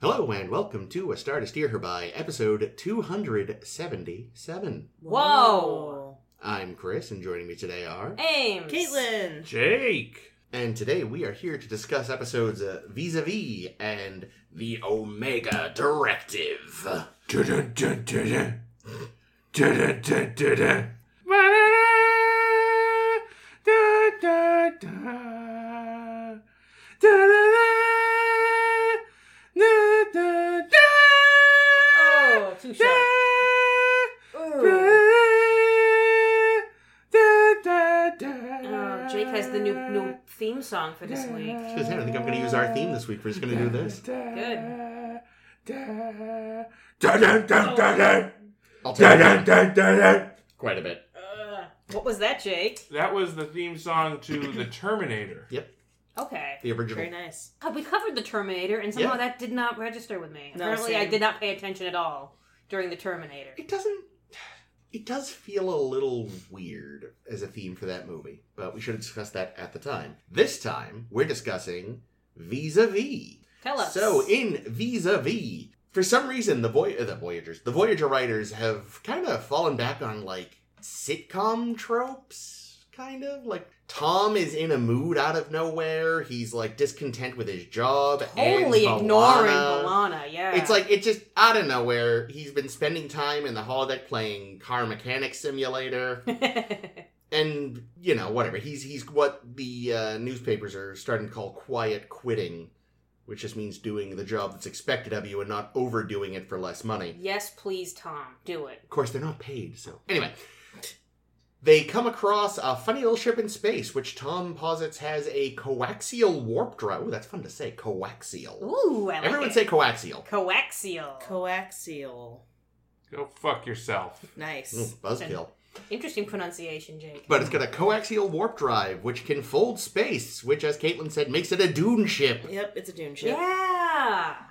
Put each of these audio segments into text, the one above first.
Hello and welcome to A Star to Steer Her By, episode 277. Whoa. I'm Chris, and joining me today are. Ames. Caitlin. Jake. And today we are here to discuss episodes uh, Vis a Vis and The Omega Directive. Oh, Oh, too short. Oh, Jake has the new new theme song for this week. I don't think I'm going to use our theme this week. We're just going to do this. Good. I'll quite a bit. Ugh. what was that, Jake? That was the theme song to The Terminator. Okay. The original. Very nice. God, we covered the Terminator, and somehow Yeah. that did not register with me. No, Apparently, I same. did not pay attention at all during the Terminator. It doesn't. It does feel a little weird as a theme for that movie, but we should have discussed that at the time. This time, we're discussing Vis a Vis. Tell us. So in vis-a-vis, for some reason the voy- uh, the Voyagers, the Voyager writers have kind of fallen back on like sitcom tropes, kind of like Tom is in a mood out of nowhere. He's like discontent with his job. and totally ignoring B'Elanna. Balana. Yeah. It's like it's just out of nowhere. He's been spending time in the holodeck playing car mechanic simulator, and you know whatever. He's he's what the uh, newspapers are starting to call quiet quitting, which just means doing the job that's expected of you and not overdoing it for less money. yes, please, Tom, do it. Of course, they're not paid, so anyway. They come across a funny little ship in space, which Tom posits has a coaxial warp drive. Ooh, that's fun to say, coaxial. Ooh, I like Everyone it. say coaxial. coaxial. Coaxial. Go fuck yourself. Ooh, Nice. buzzkill. Interesting pronunciation, Jake. But it's got a coaxial warp drive, which can fold space, which, as Caitlin said, makes it a dune ship. Yep, it's a Dune ship. yeah.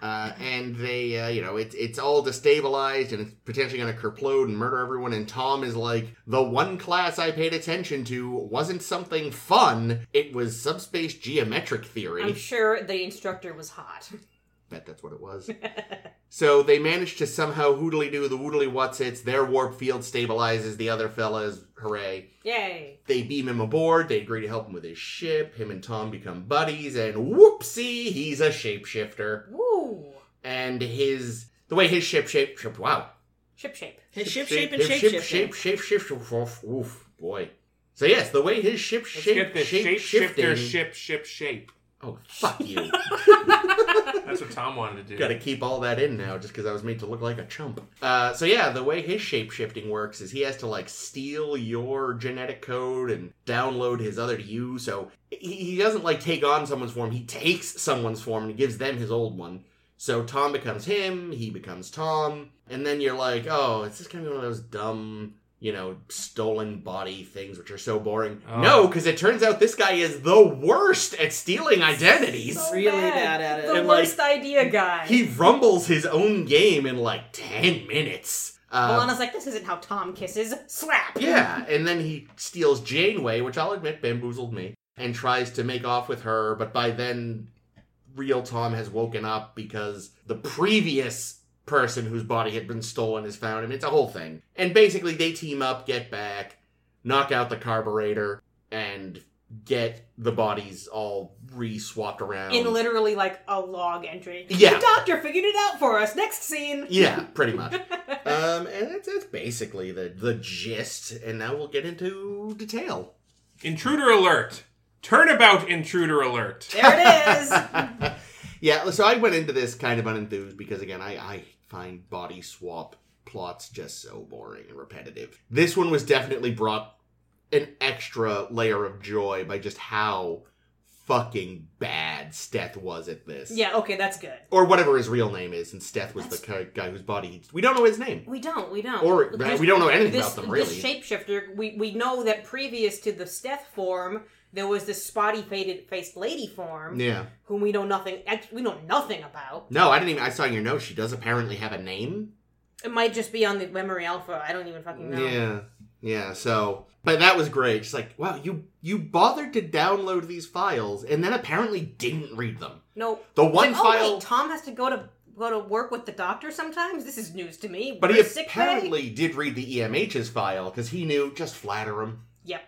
Uh, and they, uh, you know, it's it's all destabilized and it's potentially going to kerplode and murder everyone. And Tom is like, the one class I paid attention to wasn't something fun; it was subspace geometric theory. I'm sure the instructor was hot. Bet that's what it was. so they manage to somehow hoodly do the woodly what's its. Their warp field stabilizes the other fellas. Hooray! Yay. They beam him aboard. They agree to help him with his ship. Him and Tom become buddies, and whoopsie, he's a shapeshifter. Woo. And his the way his ship shape ship wow Ship shape. His ship shape and his shape ship shape shifting. shape shift oof, oof boy. So yes, the way his ship Let's shape get this shape shape shifting. shifter ship ship shape. Oh fuck you! That's what Tom wanted to do. Got to keep all that in now, just because I was made to look like a chump. Uh, so yeah, the way his shape shifting works is he has to like steal your genetic code and download his other to you. So he, he doesn't like take on someone's form; he takes someone's form and gives them his old one. So Tom becomes him, he becomes Tom, and then you're like, oh, it's just gonna be one of those dumb. You know, stolen body things, which are so boring. Oh. No, because it turns out this guy is the worst at stealing identities. So really bad at it. The And, like, worst idea guy. He uh, rumbles his own game in like 10 minutes. Um, Alana's like, this isn't how Tom kisses. Slap. yeah, and then he steals Janeway, which I'll admit bamboozled me, and tries to make off with her, but by then, real Tom has woken up because the previous person whose body had been stolen has found him. It's a whole thing. And basically, they team up, get back, knock out the carburetor, and get the bodies all re swapped around. In literally like a log entry. Yeah. The doctor figured it out for us. Next scene. Yeah, pretty much. um, and that's, that's basically the the gist. And now we'll get into detail. Intruder alert. Turnabout intruder alert. There it is. yeah, so I went into this kind of unenthused because again, I I find body swap plots just so boring and repetitive. This one was definitely brought an extra layer of joy by just how fucking bad Steth was at this. yeah, okay, that's good. Or whatever his real name is, and Steth was the ki- guy whose body he, we don't know his name. We don't, we don't. Or There's- we don't know anything this, about them really. This shapeshifter, we, we know that previous to the Steth form, there was this spotty faded faced lady form yeah. whom we know nothing act- we know nothing about. No, I didn't even. I saw in your notes she does apparently have a name. It might just be on the memory alpha. I don't even fucking know. Yeah, yeah. So, but that was great. She's like, wow, you you bothered to download these files and then apparently didn't read them. No. The one oh, file. wait, Tom has to go to go to work with the doctor sometimes? This is news to me. But he We're sick bay? apparently did read the EMH's file because he knew just flatter him. Yep.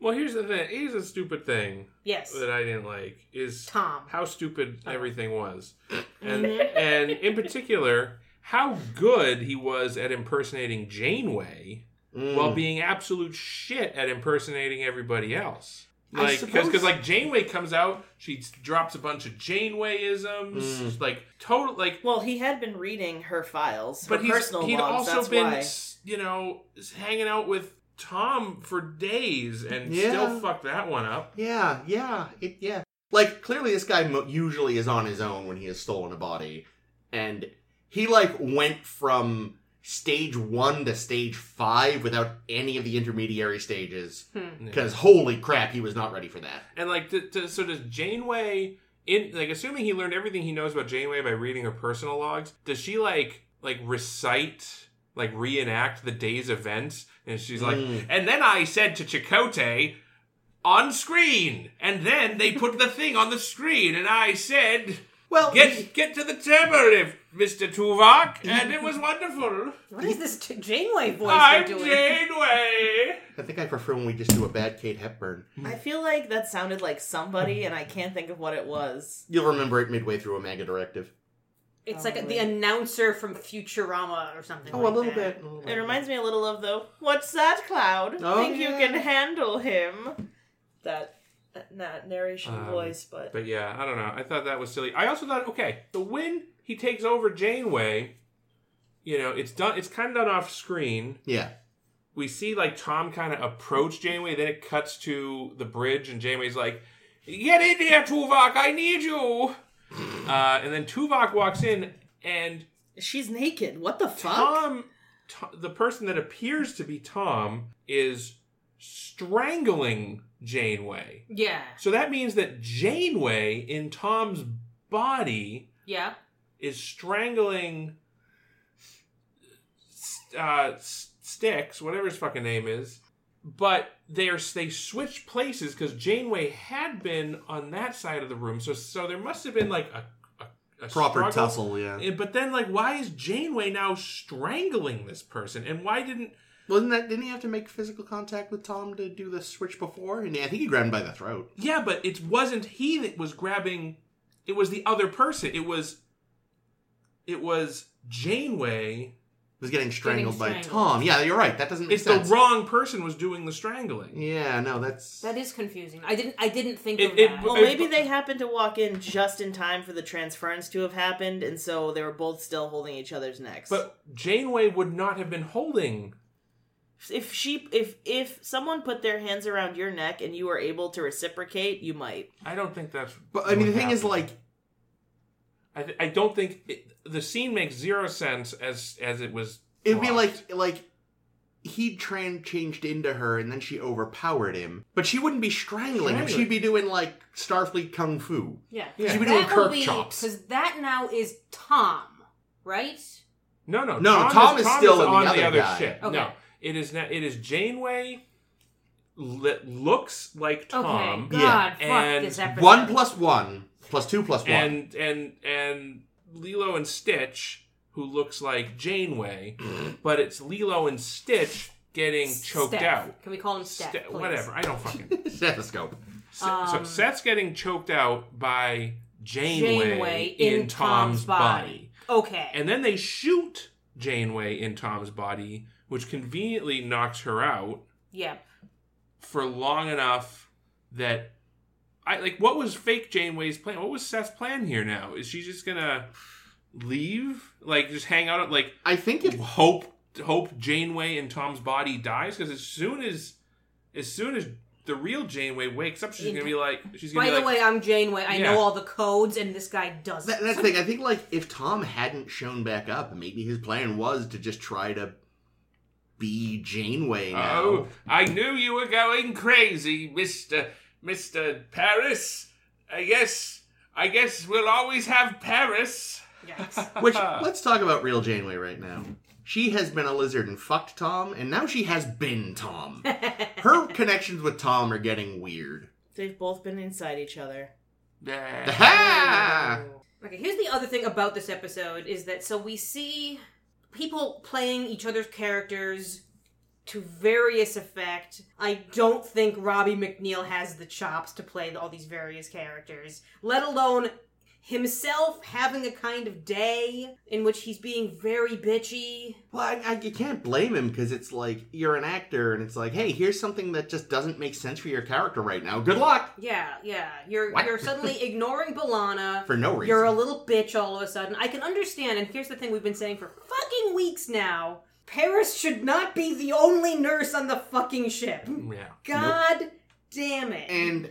Well, here's the thing. Here's a stupid thing Yes. that I didn't like is Tom. how stupid Uh-huh. everything was, Mm-hmm. and and in particular how good he was at impersonating Janeway Mm. while being absolute shit at impersonating everybody else. I Like, suppose- because like Janeway comes out, she s- drops a bunch of Janeway isms, Mm. like total like. Well, he had been reading her files, her But he's personal he'd logs. also that's been why. s you know s- hanging out with Tom for days and Yeah. still fucked that one up. yeah, yeah, it, yeah. Like clearly, this guy mo- usually is on his own when he has stolen a body, and he like went from stage one to stage five without any of the intermediary stages. Hmm. Because holy crap, he was not ready for that. And like, to, to, so does Janeway? In like, assuming he learned everything he knows about Janeway by reading her personal logs, does she like like recite? Like reenact the day's events, and she's like, Mm. and then I said to Chakotay, on screen, and then they put the thing on the screen, and I said, Well, get get to the table, Mister Tuvok, and it was wonderful. What is this J- Janeway voice I'm you're doing? Janeway. I think I prefer when we just do a bad Kate Hepburn. I feel like that sounded like somebody, and I can't think of what it was. You'll remember it midway through Omega Directive. It's like a, the Probably. announcer from Futurama or something. Oh, like a little that. bit. a little It bit. reminds me a little of the "What's that cloud? Oh, Think yeah. you can handle him?" That that narration Um, voice, but But yeah, I don't know. I thought that was silly. I also thought, okay, so when he takes over Janeway, you know, it's done. It's kind of done off screen. Yeah. We see like Tom kind of approach Janeway. Then it cuts to the bridge, and Janeway's like, "Get in here, Tuvok! I need you." Uh, and then Tuvok walks in, and she's naked. What the fuck? Tom, To- the person that appears to be Tom, is strangling Janeway. Yeah. So that means that Janeway in Tom's body Yeah. is strangling uh, S- Sticks, whatever his fucking name is. But they are they switch places because Janeway had been on that side of the room, so so there must have been like a, a, a Proper struggle. tussle, yeah. Eh, But then, like, why is Janeway now strangling this person? And why didn't Wasn't that? Didn't he have to make physical contact with Tom to do the switch before? And I think he grabbed him by the throat. Yeah, but it wasn't he that was grabbing. It was the other person. It was. It was Janeway. He was getting strangled, by strangled. Tom. Yeah, you're right. That doesn't make It's the sense. wrong person was doing the strangling. yeah, no, that's That is confusing. I didn't. I didn't think It- of it- that. well, Well, maybe they happened to walk in just in time for the transference to have happened, and so they were both still holding each other's necks. But Janeway would not have been holding. if she, if if someone put their hands around your neck and you were able to reciprocate, you might. I don't think that's. But I mean, the what thing is, happened. like, I, th- I don't think it, the scene makes zero sense as as it was. it'd be blocked. like like he tran changed into her, and then she overpowered him. But she wouldn't be strangling him. Strangling. She'd be doing like Starfleet kung fu. yeah. Yeah. She'd be doing That Kirk would be chops. because that now is Tom, right? No, no, No, Tom is still in the on other the other guy. ship. Okay. No, it is not. It is Janeway. Li- looks like Tom. Okay. Yeah. God, fuck And this episode. One plus one plus two plus one. and and and Lilo and Stitch, who looks like Janeway, but it's Lilo and Stitch getting choked Steph. out. Can we call him Steph? Ste- please? whatever, I don't fucking. Stethoscope. Se- Um, so Seth's getting choked out by Janeway, Janeway in, Tom's body. Okay. and then they shoot Janeway in Tom's body, which conveniently knocks her out yeah. for long enough that. I, like what was fake Janeway's plan? What was Seth's plan here? Now is she just gonna leave? Like just hang out? at Like I think if hope hope Janeway and Tom's body dies because as soon as as soon as the real Janeway wakes up, she's gonna be like she's gonna By be the like, way, I'm Janeway. I Yeah. know all the codes, and this guy doesn't. That, that's the thing. I think like if Tom hadn't shown back up, maybe his plan was to just try to be Janeway now. "Oh, I knew you were going crazy, Mister Mister Paris. I guess I guess we'll always have Paris." Yikes. Which let's talk about real Janeway right now. She has been a lizard and fucked Tom, and now she has been Tom. Her connections with Tom are getting weird. They've both been inside each other. Yeah. Ha! Okay, here's the other thing about this episode is that so we see people playing each other's characters to various effect. I don't think Robbie McNeil has the chops to play all these various characters, let alone himself having a kind of day in which he's being very bitchy. Well, I, I, you can't blame him because it's like you're an actor, and it's like, hey, here's something that just doesn't make sense for your character right now. Good luck Yeah, yeah. You're What? you're suddenly ignoring Balana. for no reason. You're a little bitch all of a sudden. I can understand, and here's the thing we've been saying for fucking weeks now. Paris should not be the only nurse on the fucking ship. Yeah. God damn it. and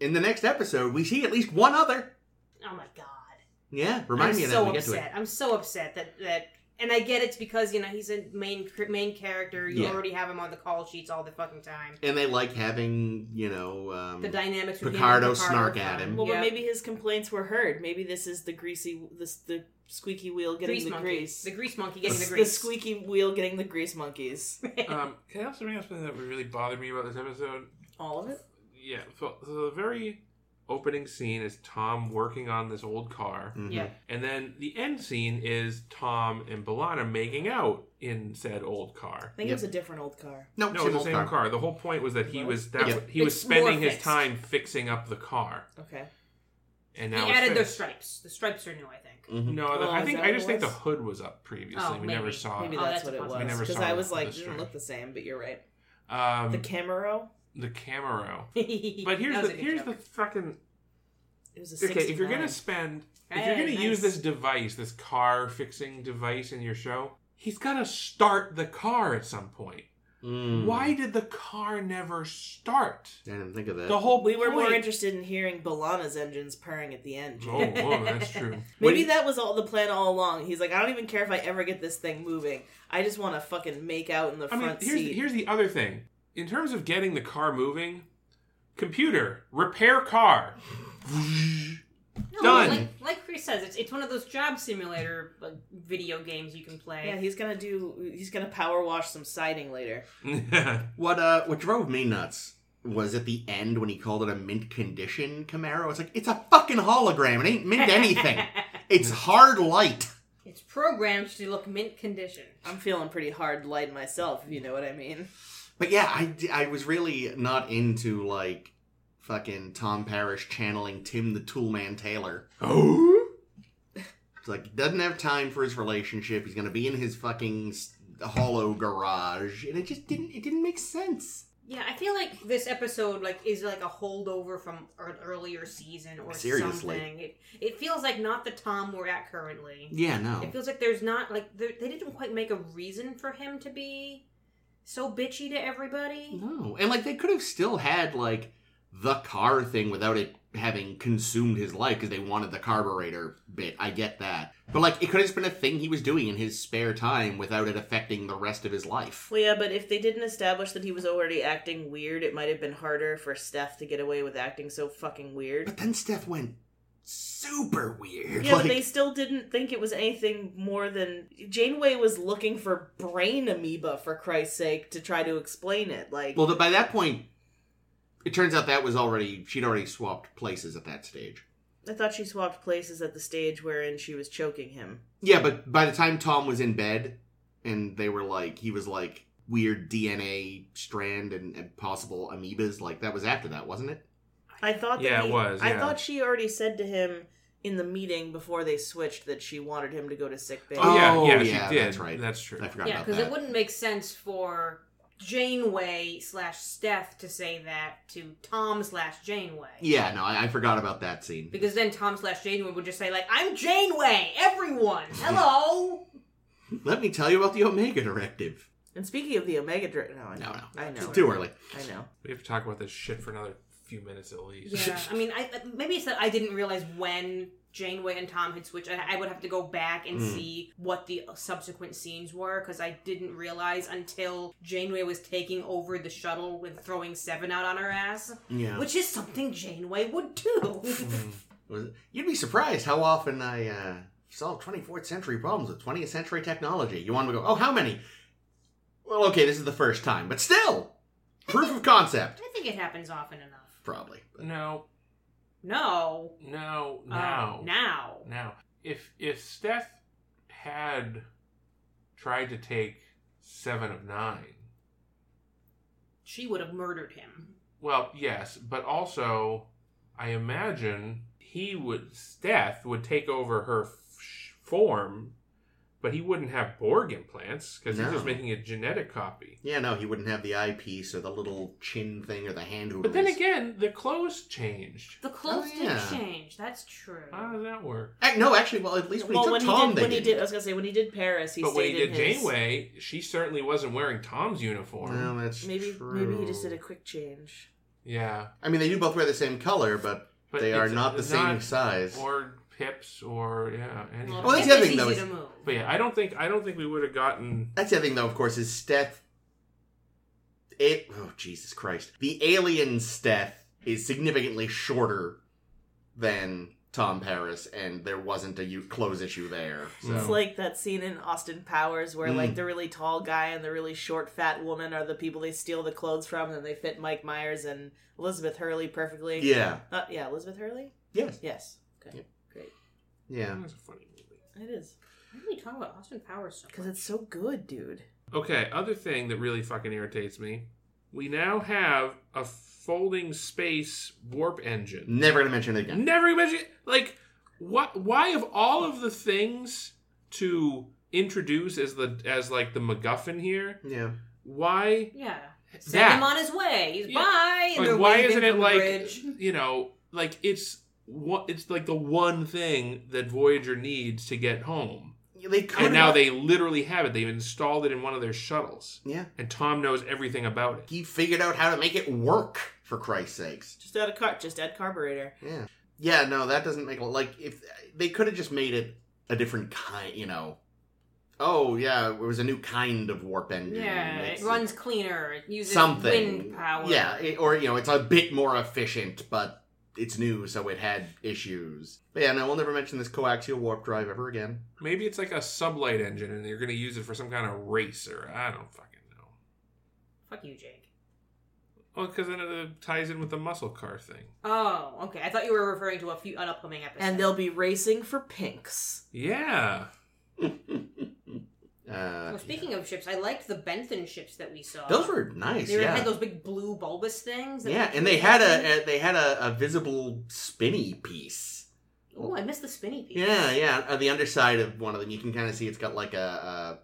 in the next episode, we see at least one other. oh my god. Yeah, remind I'm me of so that when we get to upset. it. I'm so upset that that and I get it's because, you know, he's a main main character. You Yeah. already have him on the call sheets all the fucking time. And they like having, you know, um, The dynamics with Picardo him and snark at him. Well, yeah. but maybe his complaints were heard. Maybe this is the greasy, this the squeaky wheel getting grease the monkey. grease. The grease monkey The getting the s- grease. squeaky wheel getting the grease monkeys. Um, can I also bring up something that really bothered me about this episode? All of it. Yeah. So, so the very opening scene is Tom working on this old car, mhm. Yeah. and then the end scene is Tom and Balana making out in said old car. I think Yep. it was a different old car. No, No, it same was the old same car. car. The whole point was that he was that Yeah. was- he was It's spending more his fixed. time fixing up the car, Okay. and He now it's added their fixed. stripes. The stripes are new, I think. Mhm. No, the- Oh, I is think that I what just it think the was? hood was up previously. Oh, we maybe. never saw Maybe it. Oh, that's, that's what a it was. possibility. We Uh, never Because saw I it was on like, the it stream. didn't look the same. But you're right. Um, The the, Camaro. Camaro. but But here's the here's the fucking It was a okay. If you're 69. gonna spend, if Hey, you're gonna use nice. this device, this car fixing device in your show, he's gotta start the car at some point. Mm. Why did the car never start? I didn't think of that. The whole we were more point- interested in hearing Balana's engines purring at the end. Oh, whoa, that's true. Maybe that was all the plan all along. He's like, I don't even care if I ever get this thing moving. I just want to fucking make out in the I mean, front here's seat. here's the other thing. In terms of getting the car moving, computer repair car. Oh. no, Done. Like, like Chris says, it's, it's one of those job simulator uh, video games you can play. yeah, he's gonna do. He's gonna power wash some siding later. What uh what drove me nuts was at the end when he called it a mint condition Camaro. It's like it's a fucking hologram. It ain't mint anything. it's hard light. it's programmed to look mint condition. I'm feeling pretty hard light myself. If you know what I mean. But yeah, I d- I was really not into like fucking Tom Parrish channeling Tim the Toolman Taylor. oh. It's like he doesn't have time for his relationship. He's gonna be in his fucking s- hollow garage, and it just didn't it didn't make sense. Yeah, I feel like this episode like is like a holdover from an earlier season or Seriously. something. It, it feels like not the Tom we're at currently. Yeah, no. It feels like there's not like there, they didn't quite make a reason for him to be so bitchy to everybody. No, and like they could have still had like the car thing without it having consumed his life because they wanted the carburetor bit. I get that, but like it could have just been a thing he was doing in his spare time without it affecting the rest of his life. Well, yeah, but if they didn't establish that he was already acting weird, it might have been harder for Steph to get away with acting so fucking weird. But then Steph went super weird. Yeah, like, but they still didn't think it was anything more than Janeway was looking for brain amoeba for Christ's sake to try to explain it. Like, well, th- by that point, it turns out that was already she'd already swapped places at that stage. I thought she swapped places at the stage wherein she was choking him. Yeah, but by the time Tom was in bed, and they were like, he was like weird DNA strand and, and possible amoebas. Like that was after that, wasn't it? I thought that Yeah, it he- was, I yeah. thought she already said to him in the meeting before they switched that she wanted him to go to sick bay. Oh, Oh, yeah, yeah, yeah, she did. that's right. That's true. I forgot Yeah, about because it that. wouldn't make sense for Janeway slash Steph to say that to Tom slash Janeway. Yeah, no, I, I forgot about that scene. Because then Tom slash Janeway would just say like, "I'm Janeway, everyone, hello." Let me tell you about the Omega Directive. And speaking of the Omega Dra- no, I No, know. no, I it's know. too early. I know. We have to talk about this shit for another few minutes at least. yeah, I mean, I maybe it's that I didn't realize when Janeway and Tom had switched. I, I would have to go back and Hmm. see what the subsequent scenes were because I didn't realize until Janeway was taking over the shuttle with throwing Seven out on her ass, Yeah, which is something Janeway would do. Was- you'd be surprised how often I uh, solve 24th century problems with 20th century technology. You want to go? Oh, how many? Well, okay, this is the first time, but still, proof of concept, I think it happens often enough. probably. But- no, No. No, Um, Uh, now, now. now, if if Steph had tried to take seven of nine, She would have murdered him. well, yes, but also, I imagine he would Steph would take over her f- form, but he wouldn't have Borg implants because he's No. just making a genetic copy. Yeah, no, he wouldn't have the eyepiece or the little chin thing or the hand hoodles. But then again, the clothes changed. The clothes Oh, yeah. did change. That's true. How does that work? Ac- no, actually, well, at least when he well, took when Tom, he did, they when he did, I didn't. was gonna say when he did Paris, he but when he stayed did in his. Janeway, she certainly wasn't wearing Tom's uniform. No, that's Maybe true. maybe he just did a quick change. Yeah. I mean, they do both wear the same color, but, But they are it's not the same size. Or pips, or yeah. Any, Well, that's the other it's thing, though, easy is- to move. but yeah, I don't think I don't think we would have gotten. That's the other thing, though. Of course, is Steph. It, oh Jesus Christ! The alien Steph is significantly shorter than Tom Paris, and there wasn't a u- clothes issue there. So No. It's like that scene in Austin Powers where Mm. like the really tall guy and the really short fat woman are the people they steal the clothes from, and they fit Mike Myers and Elizabeth Hurley perfectly. yeah, Uh, yeah, Elizabeth Hurley. yes, Yes. Okay. Yep. Great. yeah. Mm. That's a funny movie. It is Why do we talk about Austin Powers so because much? it's so good, dude. Okay, other thing that really fucking irritates me. We now have a folding space warp engine. Never gonna mention it again. Never imagine like what? Why of all of the things to introduce as the as like the MacGuffin here? Yeah, Why Yeah. Send That. him on his way. He's Yeah. bye. And Like, they're why waving isn't from it the like bridge. you know, like it's what it's like the one thing that Voyager needs to get home, they could. and now they literally have it. They've installed it in one of their shuttles, Yeah, and Tom knows everything about it. he figured out how to make it work. For Christ's sakes. Just add a car. Just add carburetor. Yeah. Yeah, no, that doesn't make like if they could have just made it a different kind, you know. Oh yeah, it was a new kind of warp engine. Yeah, it It's runs cleaner. It uses something. wind power. Yeah, it- or you know, it's a bit more efficient, but it's new, so it had issues. But yeah, no, we'll never mention this coaxial warp drive ever again. Maybe it's like a sublight engine, and they're going to use it for some kind of racer. I don't fucking know. Fuck you, Jake. Well, because then it uh, ties in with the muscle car thing. Oh, okay. I thought you were referring to a few an upcoming episode. And they'll be racing for pinks. Yeah, Uh, Well, speaking of ships, I liked the Benton ships that we saw. those were nice. They were- yeah. had those big blue bulbous things. that yeah, looked and they really had interesting. a, a they had a, a visible spinny piece. Ooh, I missed the spinny piece. Yeah, yeah. On the underside of one of them, you can kind of see it's got like a,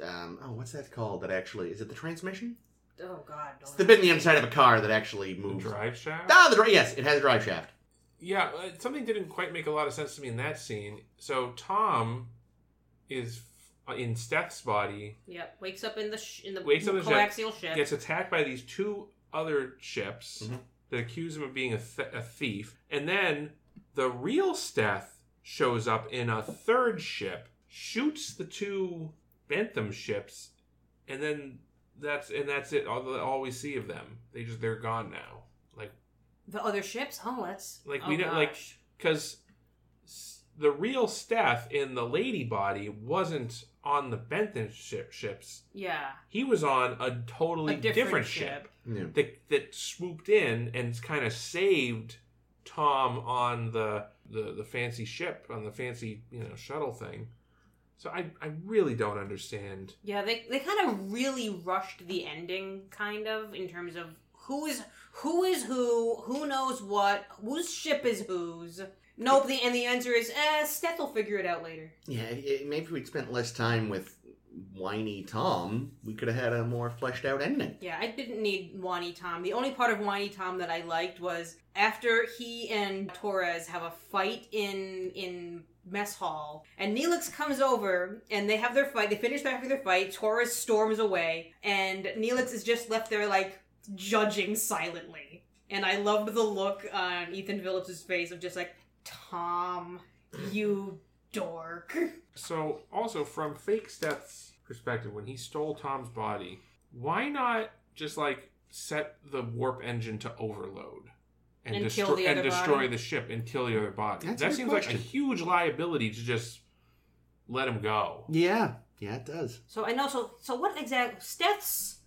a um, oh, what's that called? That actually is it the transmission? Oh God. It's don't the ask bit in me. the underside of a car that actually the moves. drive shaft. Ah, the drive. Yes, it has a drive shaft. Yeah, uh, something didn't quite make a lot of sense to me in that scene. So Tom is f- uh, in Steph's body, Yep. Wakes up in the sh- in the Wakes up in the ship, coaxial ship. gets attacked by these two other ships Mhm. that accuse him of being a, th- a thief, and then the real Steph shows up in a third ship, shoots the two Bentham ships, and then that's and that's it. All, all we see of them, they just they're gone now. Like The other ships? Oh, that's Like, oh, we don't- like- gosh. because the real Steph in the lady body wasn't on the Bentham ship, ships. yeah He was on a a totally different, ship, Yeah. that that swooped in and kind of saved Tom on the, the the fancy ship on the fancy you know shuttle thing. So I I really don't understand. Yeah, they they kind of really rushed the ending, kind of in terms of who is who is who, who knows what, whose ship is whose. Nope. The and the answer is, eh, Steph will figure it out later. Yeah, it, it- maybe if we'd spent less time with whiny Tom, we could have had a more fleshed out ending. Yeah, I didn't need Whiny Tom. The only part of Whiny Tom that I liked was after he and Torres have a fight in in mess hall, and Neelix comes over and they have their fight. They finish having their fight. Torres storms away, and Neelix is just left there like judging silently. And I loved the look on Ethan Phillips' face of just like Tom, you dork. So also from fake Steph's perspective, when he stole Tom's body, why not just like set the warp engine to overload and, And destroy kill the and other destroy body? the ship and kill the other body? That's a that good seems like question. a huge liability to just let him go. Yeah, yeah, it does. So and also, so what exact Steph's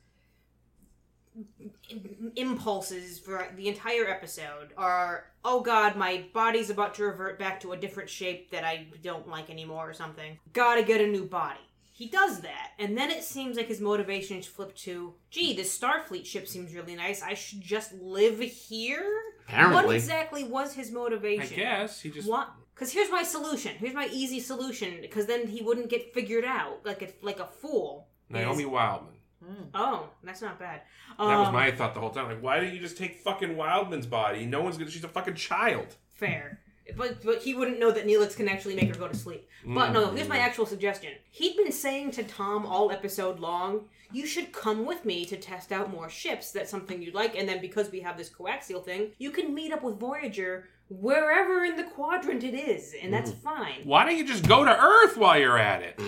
impulses for the entire episode are oh god my body's about to revert back to a different shape that i don't like anymore or something gotta get a new body he does that and then it seems like his motivations flip to gee this starfleet ship seems really nice i should just live here what Apparently. exactly was his I motivation guess he just what? Because here's my solution. Here's my easy solution. Because then he wouldn't get figured out like a like a fool. Naomi Wildman. Mm. Oh, that's not bad. Um, That was my thought the whole time. Like, why didn't you just take fucking Wildman's body? No one's gonna. She's a fucking child. fair. But but he wouldn't know that Neelix can actually make her go to sleep. But no, here's Mm. my actual suggestion. He'd been saying to Tom all episode long, "You should come with me to test out more ships. That's something you'd like." And then because we have this coaxial thing, you can meet up with Voyager wherever in the quadrant it is, and that's Mm. fine. Why don't you just go to Earth while you're at it?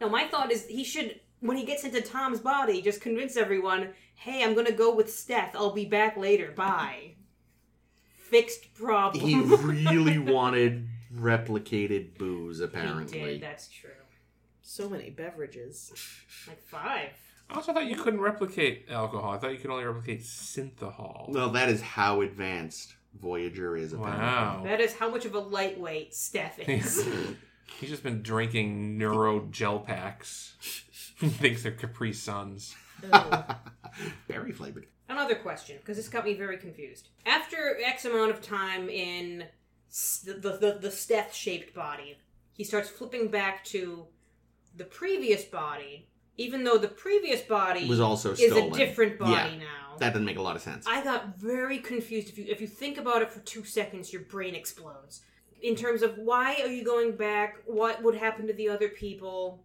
No, my thought is he should, when he gets into Tom's body, just convince everyone, hey, I'm gonna go with Steph. I'll be back later. Bye. Fixed problem. He really wanted replicated booze, apparently. did, that's true. So many beverages. Like five. I also thought you couldn't replicate alcohol. I thought you could only replicate synthahol. Well, that is how advanced Voyager is, apparently. Wow. That is how much of a lightweight Steph is. He's just been drinking neuro gel packs. Thinks they're Capri Suns. Ugh. Berry flavored. Another question, because this got me very confused. After X amount of time in s- the, the, the, the Steth shaped body, he starts flipping back to the previous body, even though the previous body Was also is stolen. a different body Yeah. now. That doesn't make a lot of sense. I got very confused. If you if you think about it for two seconds, your brain explodes. In terms of why are you going back? What would happen to the other people?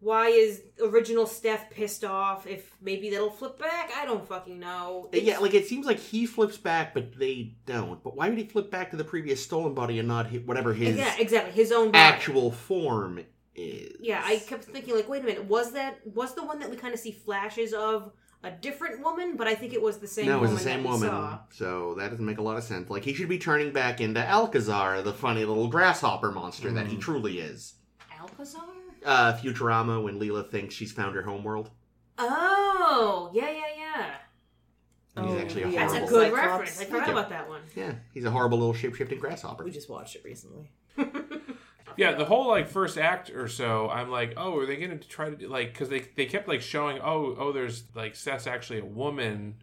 Why is original Steph pissed off? If maybe they'll flip back, I don't fucking know. yeah, like it seems like he flips back, but they don't. But why would he flip back to the previous stolen body and not hit whatever his yeah, exactly. His own body. actual form is? Yeah, I kept thinking like, wait a minute, was that was the one that we kind of see flashes of a different woman? But I think it was the same. no, it was woman the same that we woman. saw. So that doesn't make a lot of sense. Like he should be turning back into Alcazar, the funny little grasshopper monster that he Mm. truly is. Alcazar. Uh, Futurama when Leela thinks she's found her homeworld. Oh, yeah, yeah, yeah. And he's actually a Oh, yeah. That's a horrible. good Cyclops. reference. I forgot Thank you. about that one. Yeah, he's a horrible little shape shifting grasshopper. We just watched it recently. Yeah, the whole like first act or so, I'm like, oh, are they going to try to do, like because they they kept like showing, oh, oh, there's like Seth's actually a woman.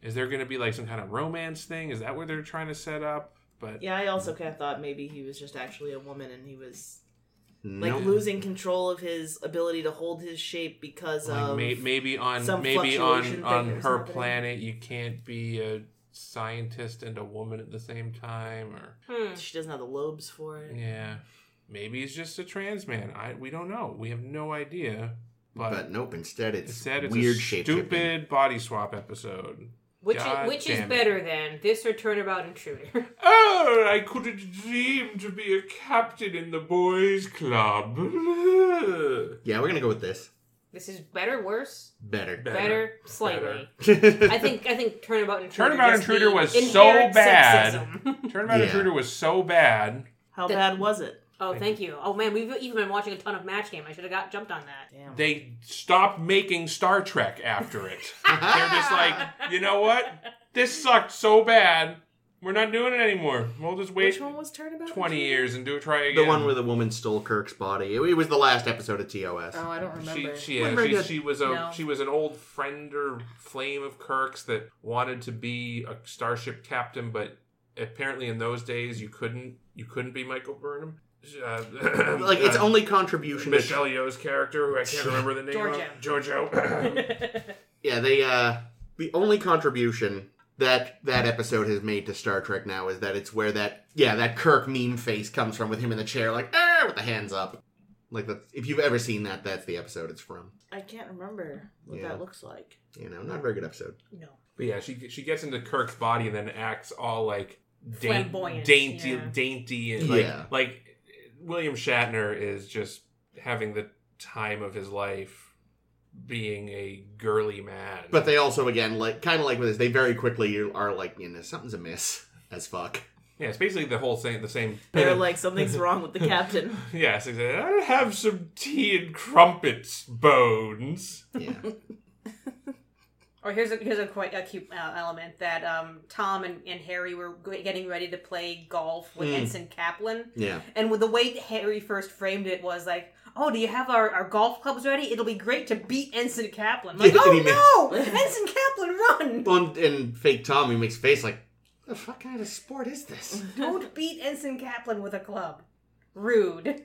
Is there going to be like some kind of romance thing? Is that what they're trying to set up? But Yeah, I also kind of thought maybe he was just actually a woman and he was like Nope. losing control of his ability to hold his shape because like of may, maybe on some maybe fluctuation on thing on or her something. planet, you can't be a scientist and a woman at the same time, or Hmm. she doesn't have the lobes for it. yeah, maybe he's just a trans man. I we don't know. We have no idea. But, But nope, instead it it's said it's weird a shape stupid body swap episode. Which God is, which is damn it. better than this or Turnabout Intruder? Oh, I couldn't dream to be a captain in the boys' club. Better. Yeah, we're gonna go with this. this is better, worse, Better. Better. better, slightly. Better. I think I think Turnabout Intruder. Turnabout just Intruder the was so inherent bad. sexism. Turnabout Yeah. Intruder was so bad. How The- bad was it? oh, thank you. Oh man, we've even been watching a ton of Match Game. I should have got jumped on that. Damn. They stopped making Star Trek after it. They're just like, you know what? This sucked so bad. We're not doing it anymore. We'll just wait Which one was Turnabout? 20 years and do it try The again. one where the woman stole Kirk's body. It, it was the last episode of TOS. Oh, I don't she remember. she, yeah, Remember she, that- she was a No. she was an old friend or flame of Kirk's that wanted to be a starship captain, but apparently in those days you couldn't you couldn't be Michael Burnham. Uh, like its uh, only contribution. to- Michelle Yeoh's character, who I can't remember the name of, Giorgio. yeah, they uh the only contribution that that episode has made to Star Trek now is that it's where that yeah, that Kirk meme face comes from with him in the chair like ah with the hands up. Like that's if you've ever seen that, that's the episode it's from. I can't remember what Yeah. that looks like. You know, not a very good episode. No. but yeah, she she gets into Kirk's body and then acts all like dain- Flamboyant, dainty, yeah. dainty, and like Yeah. like William Shatner is just having the time of his life being a girly man. But they also again like kind of like with this, they very quickly are like, you know, something's amiss as fuck. Yeah, it's basically the whole same. The same. They're like something's wrong with the captain. yes, exactly. I have some tea and crumpets, bones. Yeah. Or Oh, here's a here's a quite a cute uh, element that um, Tom and, and Harry were g- getting ready to play golf with Hmm. Ensign Kaplan, Yeah. and with the way Harry first framed it was like, "Oh, do you have our, our golf clubs ready? It'll be great to beat Ensign Kaplan." I'm like, Yeah, and he oh no, Ensign Kaplan, run! Well, and, and fake Tommy makes face like, the fuck kind of sport is this? Don't beat Ensign Kaplan with a club. Rude.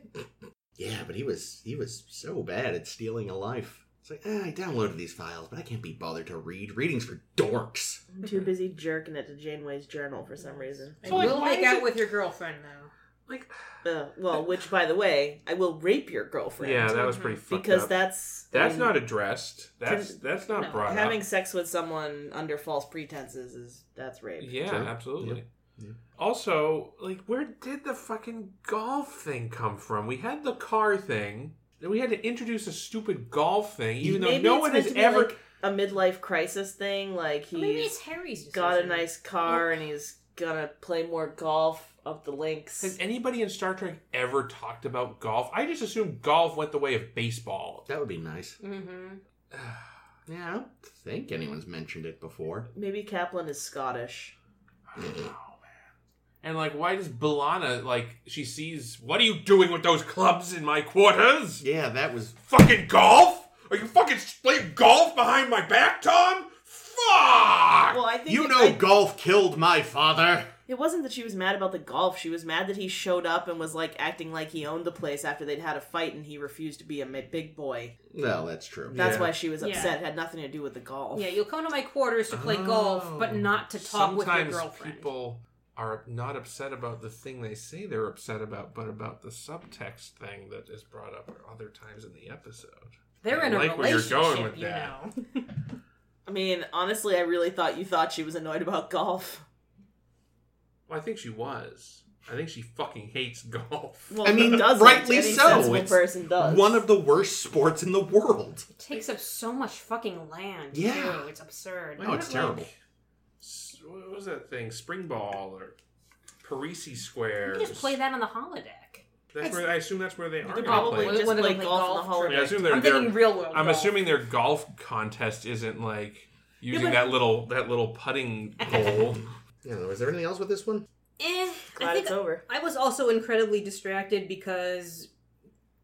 yeah, but he was he was so bad at stealing a life. It's like ah, I downloaded these files, but I can't be bothered to read. Reading's for dorks. I'm too busy jerking it to Janeway's journal for some reason. I So, like, will why make is out it- with your girlfriend though. Like, Uh, well, which, by the way, I will rape your girlfriend. yeah, that was pretty fucked because up. that's that's I mean, not addressed. That's that's not no, brought having up. sex with someone under false pretenses is that's rape. Yeah, Sure. absolutely. Yeah. Yeah. Also, like, where did the fucking golf thing come from? We had the car thing. Then we had to introduce a stupid golf thing, even Maybe though no it's one meant has to be, ever. like, a midlife crisis thing. Like Maybe he's it's Harry's. got a decision. nice car and he's gonna play more golf up the Has links. anybody in Star Trek ever talked about golf? I just assumed golf went the way of baseball. That would be nice. Mm-hmm. Yeah, I don't think anyone's mentioned it before. Maybe Kaplan is Scottish. And like, why does Belana like she sees? What are you doing with those clubs in my quarters? Yeah, that was Fucking golf? Are you fucking playing golf behind my back, Tom? Fuck! Well, I think You it- know, I- golf killed my father. It wasn't that she was mad about the golf. She was mad that he showed up and was like acting like he owned the place after they'd had a fight and he refused to be a mi- big boy. No, that's true. That's Yeah. why she was Yeah. upset. It had nothing to do with the golf. Yeah, you'll come to my quarters to play golf, but not to talk with your Oh. Sometimes girlfriend. people are not upset about the thing they say they're upset about, but about the subtext thing that is brought up other times in the episode. They're I in a like where you're relationship, going with you that. know. I mean, honestly, I really thought you thought she was annoyed about golf. Well, I think she was. I think she fucking hates golf. Well, I mean, who doesn't? rightly Any so. sensible It's person does. One of the worst sports in the world. It takes up so much fucking land. Yeah. too. it's absurd. No, it's Like, terrible. Oh, s- What was that thing? Spring ball or Parisi Square? You just play that on the holodeck. That's where I assume that's where they are. gonna Probably play. just when they play play golf in golf the holodeck. I mean, I assume they're, I'm they're- thinking real world. I'm golf. assuming their golf contest isn't like using but- that little that little putting hole. Yeah, was there anything else with this one? Eh, I Glad think it's over. I was also incredibly distracted because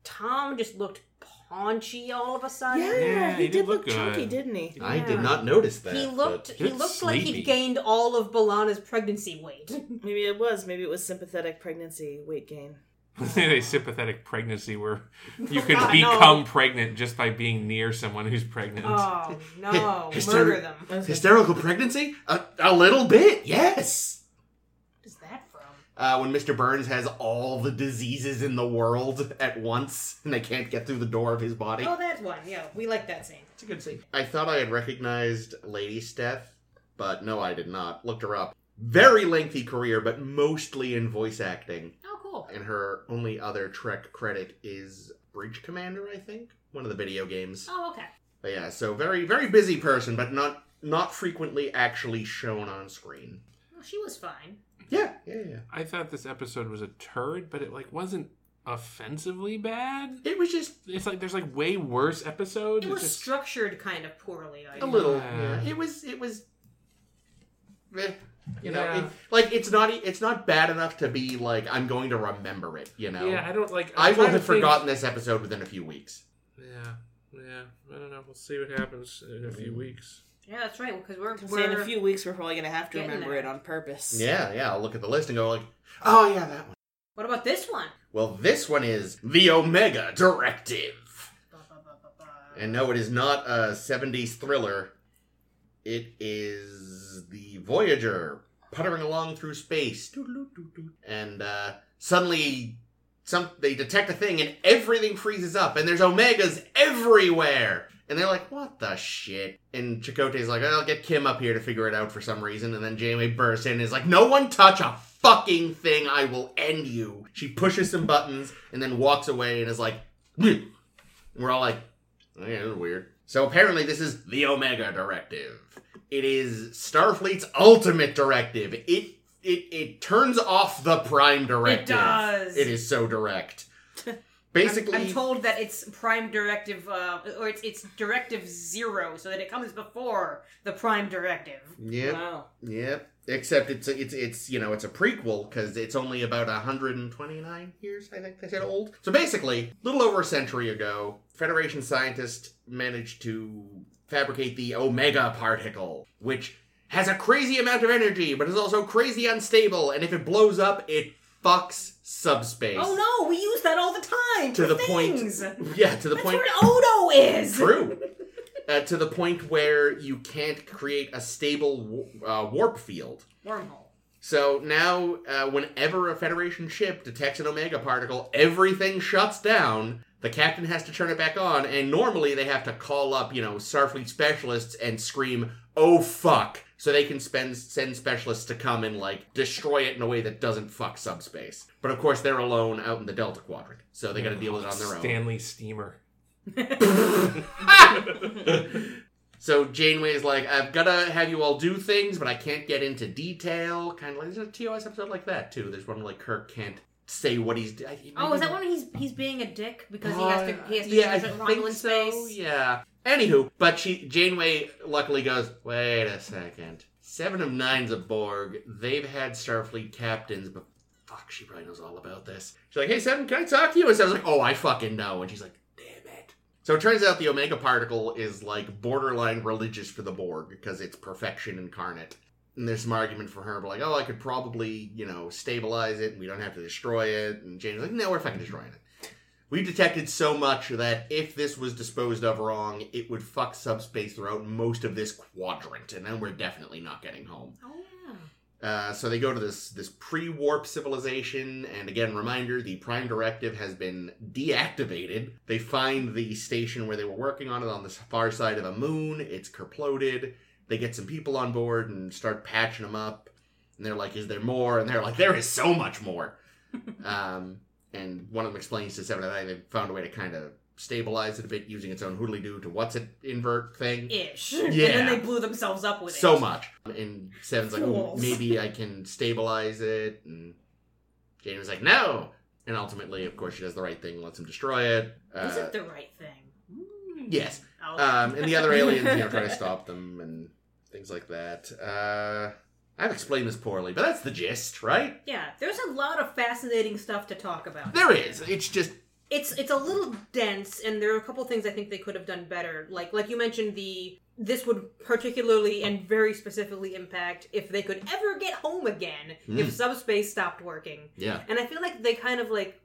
Tom just looked paunchy all of a sudden. Yeah, he he, did did look look chunky, good. didn't he? I did Yeah. not notice that. He looked. but- He It's looked like sleepy. he gained all of Balana's pregnancy weight. Maybe it was. Maybe it was sympathetic pregnancy weight gain. a sympathetic pregnancy where you could God, no. become pregnant just by being near someone who's pregnant. Oh no! His Murder turn. them. Hysterical pregnancy? A, a little bit, yes. Where's that from? Uh, when Mr. Burns has all the diseases in the world at once and they can't get through the door of his body. Oh, that one. Yeah, we like that scene. It's a good scene. I thought I had recognized Lady Steph, but no, I did not. Looked her up. Very lengthy career, but mostly in voice acting. Oh, cool. And her only other Trek credit is Bridge Commander, I think, one of the video games. Oh, okay. But yeah, so very very busy person, but not not frequently actually shown on screen. Well, she was fine. Yeah, yeah, yeah. I thought this episode was a turd, but it like wasn't offensively bad. It was just It's like there's like way worse episodes. It It's was just- structured kind of poorly. I a little. Yeah. Yeah. It was it was. eh, you know, Yeah. it, like it's not e, it's not bad enough to be like I'm going to remember it. You know, yeah, I don't like. I I'm will trying to have think- forgotten this episode within a few weeks. Yeah, yeah. I don't know. We'll see what happens in a few weeks. Yeah, that's right. Because we're, So in we're a few weeks, we're probably gonna have to Getting remember there. it on purpose. Yeah, yeah. I'll look at the list and go like, oh yeah, that one. What about this one? Well, this one is the Omega Directive, Ba, ba, ba, ba, ba. and no, it is not a '70s thriller. It is the Voyager puttering along through space, Doo-doo-doo-doo. and uh, suddenly, some they detect a thing, and everything freezes up, and there's Omegas everywhere. And they're like, "What the shit?" And Chakotay's like, "I'll get Kim up here to figure it out for some reason." And then Janeway bursts in and is like, "No one touch a fucking thing! I will end you!" She pushes some buttons and then walks away and is like, "Hmm." And we're all like, oh, "Yeah, this is weird." So apparently, this is the Omega Directive. It is Starfleet's ultimate directive. It it it turns off the prime directive. does. It is so direct. Basically, I'm, I'm told that it's prime directive, uh, or it's it's directive zero, so that it comes before the prime directive. yep, Wow. yep. Except it's a, it's it's you know it's a prequel because it's only about 129 years I think they said old. So basically, a little over a century ago, Federation scientists managed to fabricate the Omega particle, which has a crazy amount of energy, but is also crazy unstable. And if it blows up, it fucks subspace. Oh no, we use that all the time To for the point- things. That's no! Yeah, to the point. where Odo is. True. Uh, to the point where you can't create a stable wa- uh, warp field. Wormhole. So now, uh, whenever a Federation ship detects an Omega particle, everything shuts down. The captain has to turn it back on, and normally they have to call up, you know, Starfleet specialists and scream, "Oh fuck!" so they can spend, send specialists to come and like destroy it in a way that doesn't fuck subspace. But of course, they're alone out in the Delta Quadrant, so they got to deal with it on their own. Stanley Steamer. So Janeway's like, I've gotta have you all do things, but I can't get into detail. Kind of like there's a TOS episode like that too. There's one like Kirk can't say what he's. I- Oh, is that when he's he's being a dick because he has to he has to yeah, Uh, I use Romulan think so, space? Yeah. Anywho, but she Janeway luckily goes, wait a second. Seven of Nine's a Borg. They've had Starfleet captains, but fuck, she probably knows all about this. She's like, hey, Seven, can I talk to you? And Seven's like, oh, I fucking know. And she's like, damn it. So it turns out the Omega particle is like borderline religious for the Borg because it's perfection incarnate. And there's some argument for her, but like, oh, I could probably, you know, stabilize it and we don't have to destroy it. And Jane's like, no, we're fucking destroying it. We detected so much that if this was disposed of wrong, it would fuck subspace throughout most of this quadrant, and then we're definitely not getting home. Oh yeah. Uh, so they go to this this pre-warp civilization, and again, reminder: the Prime Directive has been deactivated. They find the station where they were working on it on the far side of a moon. It's kerploded. They get some people on board and start patching them up. And they're like, "Is there more?" And they're like, "There is so much more." um, and one of them explains to Seven of Nine they found a way to kind of stabilize it a bit using its own hoodly doo to what's it invert thing Ish. Yeah. And then they blew themselves up with it. so much. And Seven's like, oh, Fools. maybe I can stabilize it. And Jane was like, no. And ultimately, of course, she does the right thing, lets him destroy it. Is Uh, it the right thing? yes. Oh. Um, and the other aliens, you know, try to stop them and things like that. Uh, I've explained this poorly, but that's the gist, right? yeah, there's a lot of fascinating stuff to talk about. There is. It's just it's it's a little dense and there are a couple things i think they could have done better like like you mentioned the this would particularly and very specifically impact if they could ever get home again Hmm. if subspace stopped working yeah. and i feel like they kind of like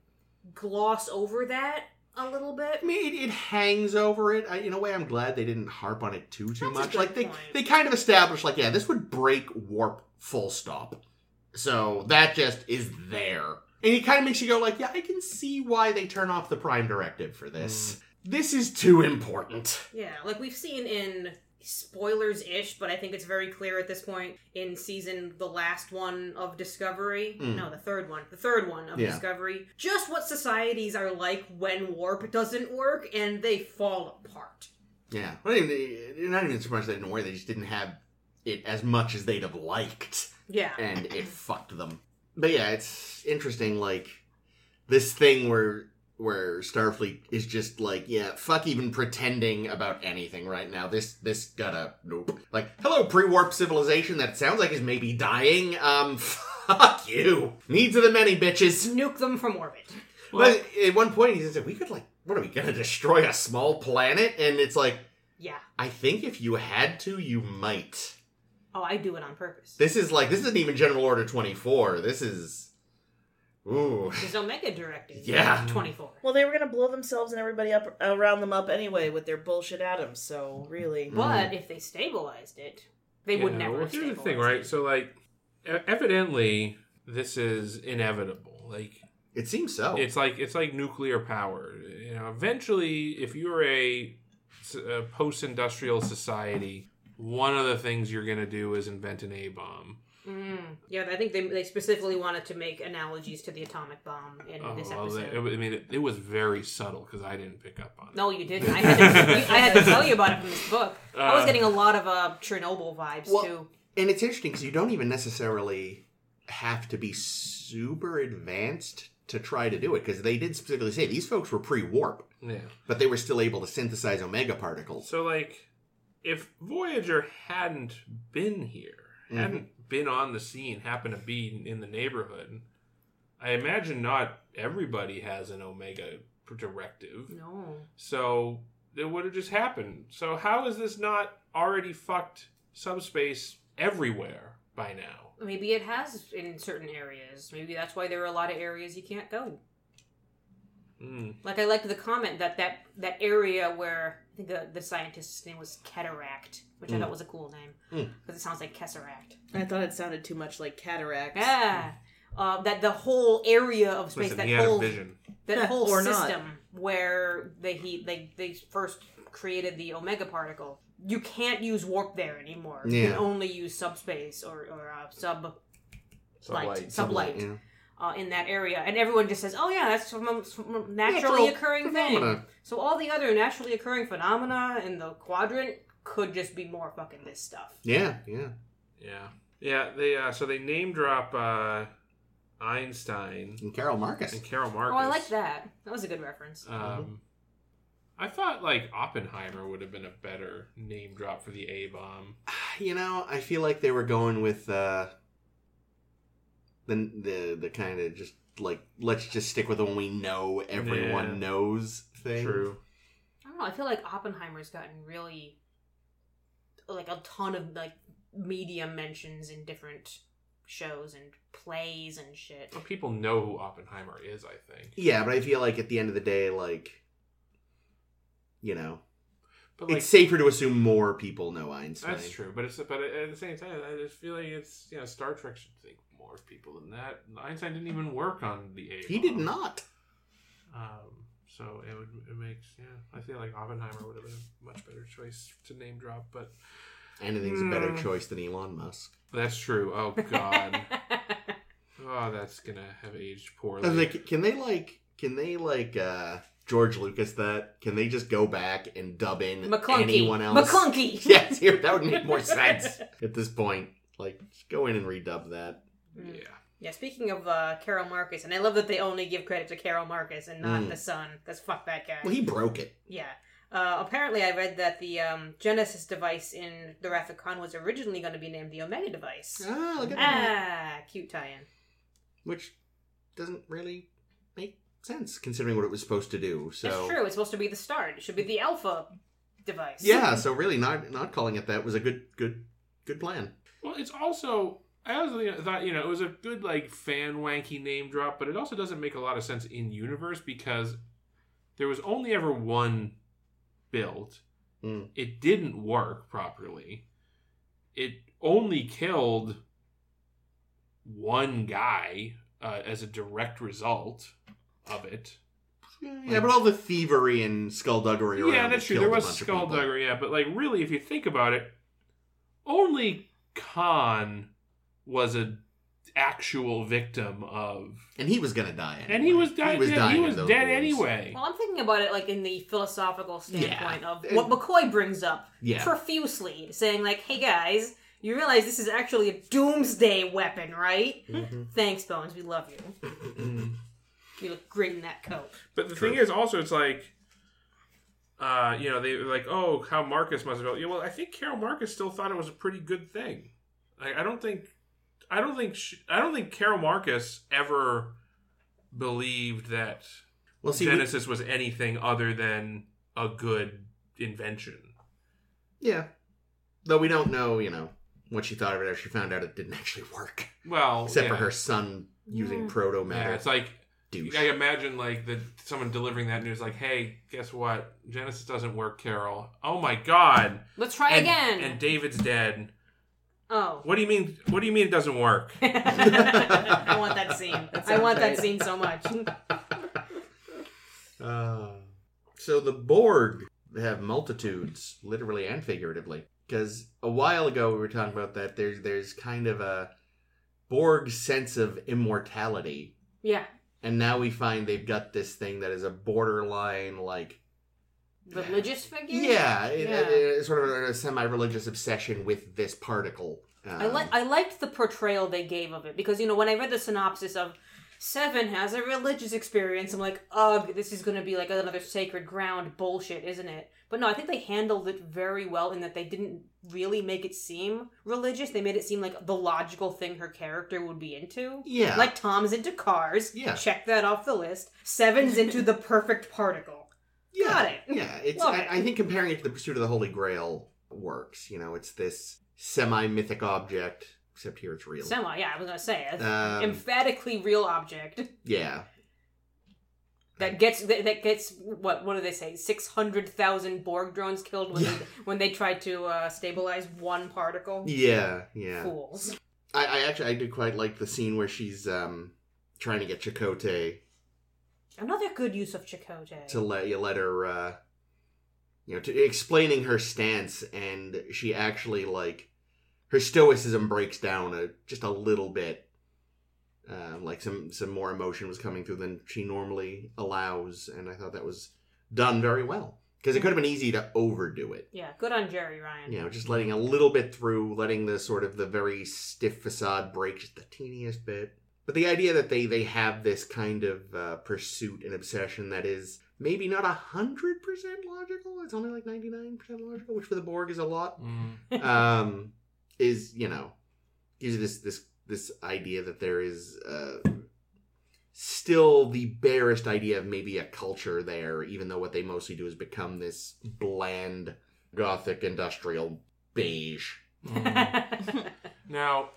gloss over that a little bit I mean, it, it hangs over it. I, in a way, I'm glad they didn't harp on it too too That's a much. good Like they point. they kind of established like yeah, this would break warp full stop. So that just is there, and it kind of makes you go like yeah, I can see why they turn off the prime directive for this. This is too important. yeah like we've seen in spoilers ish but i think it's very clear at this point in season the last one of discovery Mm. no the third one the third one of Yeah. discovery just what societies are like when warp doesn't work and they fall apart Yeah, not even, not even so much they didn't worry; they just didn't have it as much as they'd have liked. yeah and it fucked them. But yeah, it's interesting. Like this thing where where Starfleet is just like, yeah, fuck even pretending about anything right now. This this gotta nope. Like, hello, pre warp civilization that sounds like is maybe dying. Um, fuck you. Needs of the many bitches. nuke them from orbit Well, but at one point he said, we could like, what are we gonna destroy a small planet? And it's like, yeah I think if you had to, you might. oh i do it on purpose This is like this isn't even General Order twenty four. This is ooh there's omega directive Yeah. Hmm. 24 Well, they were gonna blow themselves and everybody up around them up anyway with their bullshit atoms. So really, but if they stabilized it they would Yeah, never Well, have here's the thing, stabilized right? So, like, e- evidently, this is inevitable. Like, It seems Oh. so. it's like it's like nuclear power. You know, eventually, if you're a, s- a post-industrial society, one of the things you're going to do is invent an A bomb. it. Mm. yeah i think they, they specifically wanted to make analogies to the atomic bomb in this episode I mean, Oh, it, it was very subtle because I didn't pick up on it. No, you didn't. I had to, you- I had to tell you about it from this book. I was getting a lot of uh, Chernobyl vibes Well- too. and it's interesting because you don't even necessarily have to be super advanced to try to do it because they did specifically say these folks were pre-warp, Yeah. but they were still able to synthesize omega particles. So, like, if Voyager hadn't been here, hadn't been on the scene, happened to be in the neighborhood, I imagine not everybody has an Omega directive. No. So it would have just happened. So how is this not already fucked subspace everywhere by now? Maybe it has in certain areas. Maybe that's why there are a lot of areas you can't go. Mm. Like I liked the comment that that, that area where I think the, the scientist's name was Cataract, which I Mm. thought was a cool name because Mm. it sounds like Kesseract. I thought it sounded too much like cataracts. Yeah. Uh, that the whole area of space, Listen, that he had a whole vision. that whole Or not. system where they he they they first created the omega particle. You can't use warp there anymore. You Yeah. can only use subspace or or uh, sub Sublight. Sublight, Sublight. yeah. uh, in that area, and everyone just says, "Oh yeah, that's from a, from a naturally Natural occurring thing." Phenomena. So all the other naturally occurring phenomena in the quadrant could just be more fucking this stuff. Yeah, yeah. Yeah, yeah. They uh, so they name drop uh, Einstein And Carol Marcus. and Carol Marcus. Oh, I like that. That was a good reference. Um, I thought like Oppenheimer would have been a better name drop for the A bomb. You know, I feel like they were going with uh, the the the kind of just like let's just stick with the one we know everyone Yeah. knows thing. True. I don't know. I feel like Oppenheimer's gotten really like a ton of like media mentions in different shows and plays and shit. Oh, Well, people know who Oppenheimer is. I think. Yeah, but I feel like at the end of the day, like you know, But like, it's safer to assume more people know Einstein. That's true, but it's but at the same time, I just feel like it's you know Star Trek should think more of people than that. Einstein didn't even work on the A. He did not. Um, so it would it makes yeah. I feel like Oppenheimer would have been a much better choice to name drop, but Anything's a better Hmm. choice than Elon Musk. that's true. Oh God, oh that's gonna have aged I poorly. was like, can they like? Can they like? uh George Lucas, that can they just go back and dub in McClunky. anyone else? McClunky. yes, here that would make more sense at this point. Like, just go in and redub that. yeah, Mm. Yeah. Speaking of uh, Carol Marcus, and I love that they only give credit to Carol Marcus and not Mm. the son. Cause fuck that guy. Well, he broke it. Yeah. Uh, apparently, I read that the um, Genesis device in the Wrath of Khan was originally going to be named the Omega device. Ah, look at that. Ah, cute tie-in. Which doesn't really make sense considering what it was supposed to do. So That's true. It's supposed to be the start. It should be the Alpha device. yeah, so really not not calling it that was a good good good plan. Well, it's also I also thought you know it was a good like fan wanky name drop, but it also doesn't make a lot of sense in universe because there was only ever one built. Mm. It didn't work properly. It only killed one guy uh, as a direct result of it. Yeah, but all the thievery and skullduggery. Yeah, around that's it true. killed There a was bunch of people. skullduggery, yeah, but like really, if you think about it, only Khan was a actual victim of, and he was gonna die. Anyway. and he was dead. He was dying. he of was those dead wounds. anyway. Well, I'm thinking about it like in the philosophical standpoint Yeah. of what McCoy brings up Yeah. profusely, saying like, "Hey guys, you realize this is actually a doomsday weapon, right? Mm-hmm. Mhm. Thanks, Bones. We love you. You look great in that coat." But the True. thing is, also, it's like, uh, you know, they were like, oh, how Marcus must have felt. Yeah, well, I think Carol Marcus still thought it was a pretty good thing. Like, I don't think, I don't think, she, I don't think Carol Marcus ever believed that Well, see, we- Genesis was anything other than a good invention. yeah. Though we don't know, you know, what she thought of it after she found out it didn't actually work. Well, Except for Oh, yeah. her son using Mm. Yeah. proto Yeah, matter. it's like douche. I imagine like that someone delivering that news, like, "Hey, guess what? Genesis doesn't work, Carol. Oh my God! Let's try and, again. And David's dead. oh. What do you mean? What do you mean it doesn't work? I want that scene. I want that sounds scene so much. Uh, so the Borg have multitudes, literally and figuratively. Because a while ago we were talking about that. There's there's kind of a Borg sense of immortality, Yeah, and now we find they've got this thing that is a borderline like religious figure. yeah, it- Yeah. it- it's sort of a semi-religious obsession with this particle. Um, I like I liked the portrayal they gave of it because you know when I read the synopsis of Seven has a religious experience. I'm like, ugh, this is going to be like another sacred ground bullshit, isn't it? But no, I think they handled it very well in that they didn't really make it seem religious. They made it seem like the logical thing her character would be into. Yeah. Like Tom's into cars. Yeah. Check that off the list. Seven's into the perfect particle. yeah, got it. Yeah, it's. Love I, it. I think comparing it to the Pursuit of the Holy Grail works. You know, it's this semi-mythic object, except here it's real. Semi, yeah, I was going to say. a Um, emphatically real object yeah, that gets that, that gets what what do they say 600,000 Borg drones killed when Yeah. they, when they tried to uh, stabilize one particle yeah, yeah. fools I, I actually I did quite like the scene where she's um trying to get Chakotay another good use of Chakotay to let you let her uh you know to explaining her stance and she actually like her stoicism breaks down a, just a little bit uh, like some some more emotion was coming through than she normally allows and i thought that was done very well because it could have been easy to overdo it yeah good on Jerry Ryan you know just letting a little bit through letting the sort of the very stiff facade break just the teeniest bit but the idea that they they have this kind of uh, pursuit and obsession that is maybe not a hundred percent logical it's only like 99 percent logical which for the borg is a lot Mm. um is you know gives you this this this idea that there is uh still the barest idea of maybe a culture there even though what they mostly do is become this bland gothic industrial beige Mm. Now,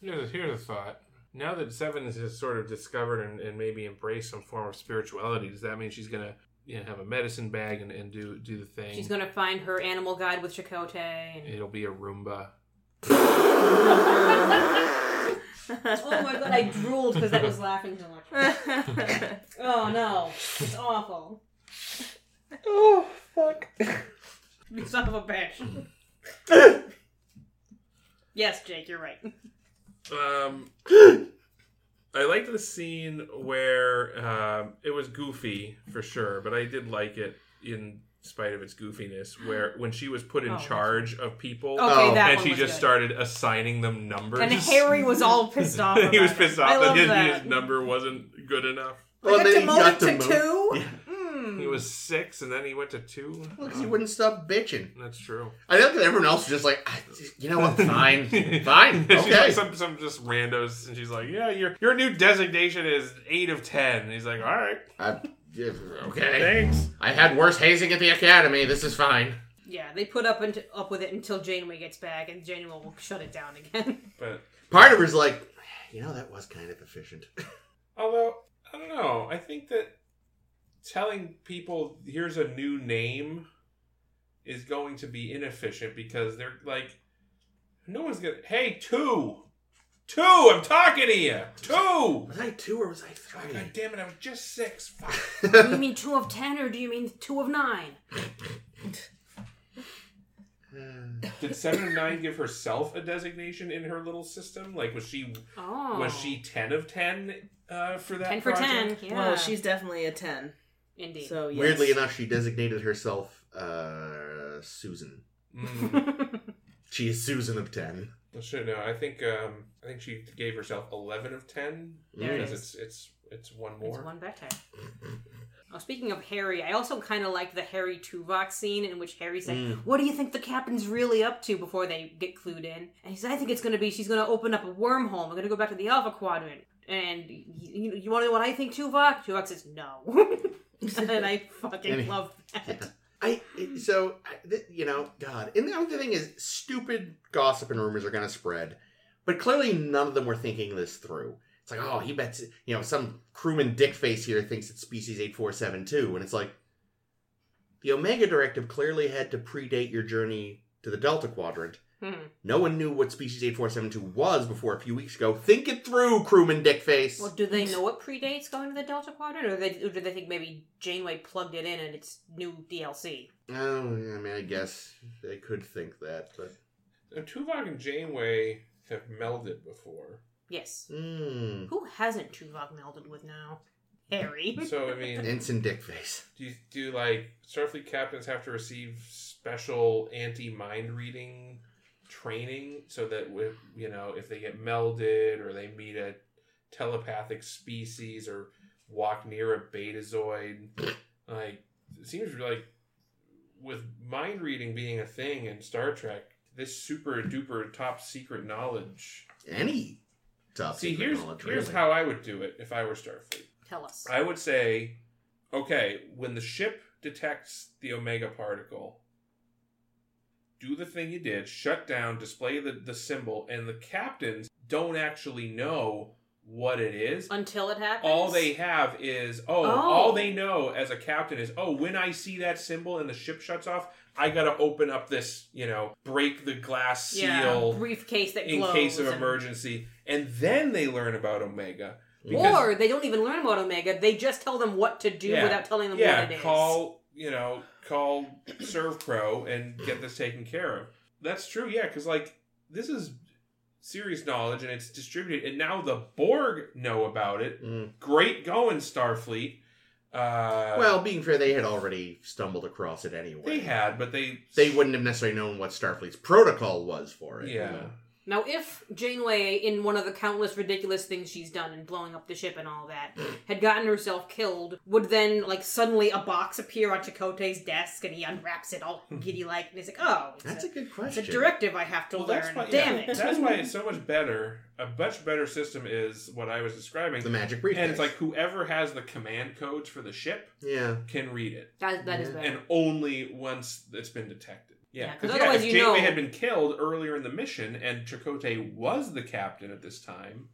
here's a, here's a thought. Now that Seven has sort of discovered and, and maybe embraced some form of spirituality, does that mean she's gonna you know, have a medicine bag and, and do do the thing? she's gonna find her animal guide with Chakotay and... It'll be a Roomba. oh my god I drooled because that was laughing too much oh no it's awful oh fuck you son of a bitch yes Jake you're right Um, I liked the scene where um, it was goofy for sure, but I did like it in spite of its goofiness. Where when she was put in Oh. charge of people, okay Oh. that and one she was just good. started assigning them numbers. and Harry was all pissed off he about was it. pissed I off love that his, that. his number wasn't good enough. I got demoted to two. Yeah. Mm. He was six, and then he went to two. Uh, because he wouldn't stop bitching That's true. i think that everyone else is just like "I- you know what fine fine She's like okay some some just randos, and she's like, "Yeah, your your new designation is eight of 10. And he's like, "All right, I- yeah, okay thanks." i had worse hazing at the academy this is fine Yeah, they put up and up with it until Janeway gets back, and Janeway will shut it down again. But Part of her's like, you know, that was kind of efficient. although I don't know, I think that telling people here's a new name is going to be inefficient because they're like, no one's gonna. Hey, two, two. I'm talking to you. Two. Was I two or was I God three? damn it! I was just six. Fuck. do you mean two of ten, or do you mean two of nine? Uh, Did seven of nine give herself a designation in her little system? Like, was she Oh, was she ten of ten uh, for that? ten for ten? project? Yeah, Well, she's definitely a 10. indeed. So, yes. Weirdly enough, she designated herself uh, Susan. Mm. She is Susan of ten. Well, Sure. No, I think um, I think she gave herself eleven of ten There it because is. it's it's it's one It's more. one better. Oh, speaking of Harry, I also kind of like the Harry Tuvok scene in which Harry's like, Mm. "What do you think the captain's really up to?" Before they get clued in, and he says, "I think it's going to be she's going to open up a wormhole. We're going to go back to the Alpha Quadrant." And y- you, you want to know what I think, Tuvok? Tuvok says, "No," and I fucking And- love that. I so I, th- you know, God. And the other thing is, stupid gossip and rumors are going to spread, but clearly none of them were thinking this through. It's like, oh, he bets. You know, some crewman dickface here thinks it's species eight four seven two, and it's like, the Omega Directive clearly had to predate your journey to the Delta Quadrant. Hmm. No one knew what species 8472 was before a few weeks ago. Think it through, crewman dickface. Well, do they know what predates going to the Delta Quadrant, or, they, or do they think maybe Janeway plugged it in and it's new DLC? oh, yeah, I mean, I guess they could think that, but. Now, Tuvok and Janeway have melded before, Yes. Mmm. Who hasn't Tuvok melded with now? Harry. so I mean, Ensign dickface. do you, do like Starfleet captains have to receive special anti mind reading training so that if, you know if they get melded or they meet a telepathic species or walk near a betazoid. like, it seems like with mind reading being a thing in Star Trek, this super duper top secret knowledge. Any top See, secret here's knowledge, here's really. how I would do it if I were Starfleet. Tell us. I would say, okay, when the ship detects the omega particle, do the thing you did, shut down, display the, the symbol, and the captains don't actually know what it is. Until it happens. All they have is, oh, Oh. all they know as a captain is, oh, when I see that symbol and the ship shuts off, I gotta open up this, you know, break the glass seal yeah, briefcase that in glows case of and- emergency. And then they learn about Omega. because- Or they don't even learn about Omega. They just tell them what to do Yeah. without telling them yeah, what it is. call you know call Serve Pro and get this taken care of. That's true, yeah, because like this is serious knowledge and it's distributed, and now the Borg know about it. Mm. Great going, Starfleet. Uh, Well, being fair, they had already stumbled across it anyway. they had, but they They wouldn't have necessarily known what Starfleet's protocol was for it. you Yeah, know. Now, if Janeway, in one of the countless ridiculous things she's done and blowing up the ship and all that, had gotten herself killed, would then, like, suddenly a box appear on Chakotay's desk and he unwraps it Hmm. all giddy like, and he's like, oh, it's, That's a, a good it's a question. directive I have to Well, learn. that's why, Damn yeah, it. that's why it's so much better. A much better system is what I was describing, The magic briefcase. and it's like whoever has the command codes for the ship yeah, can read it. That, that is Yeah. better. Mm-hmm. and only once it's been detected. Yeah, Yeah, 'cause because otherwise if you Janeway know- had been killed earlier in the mission, and Chakotay was the captain at this time,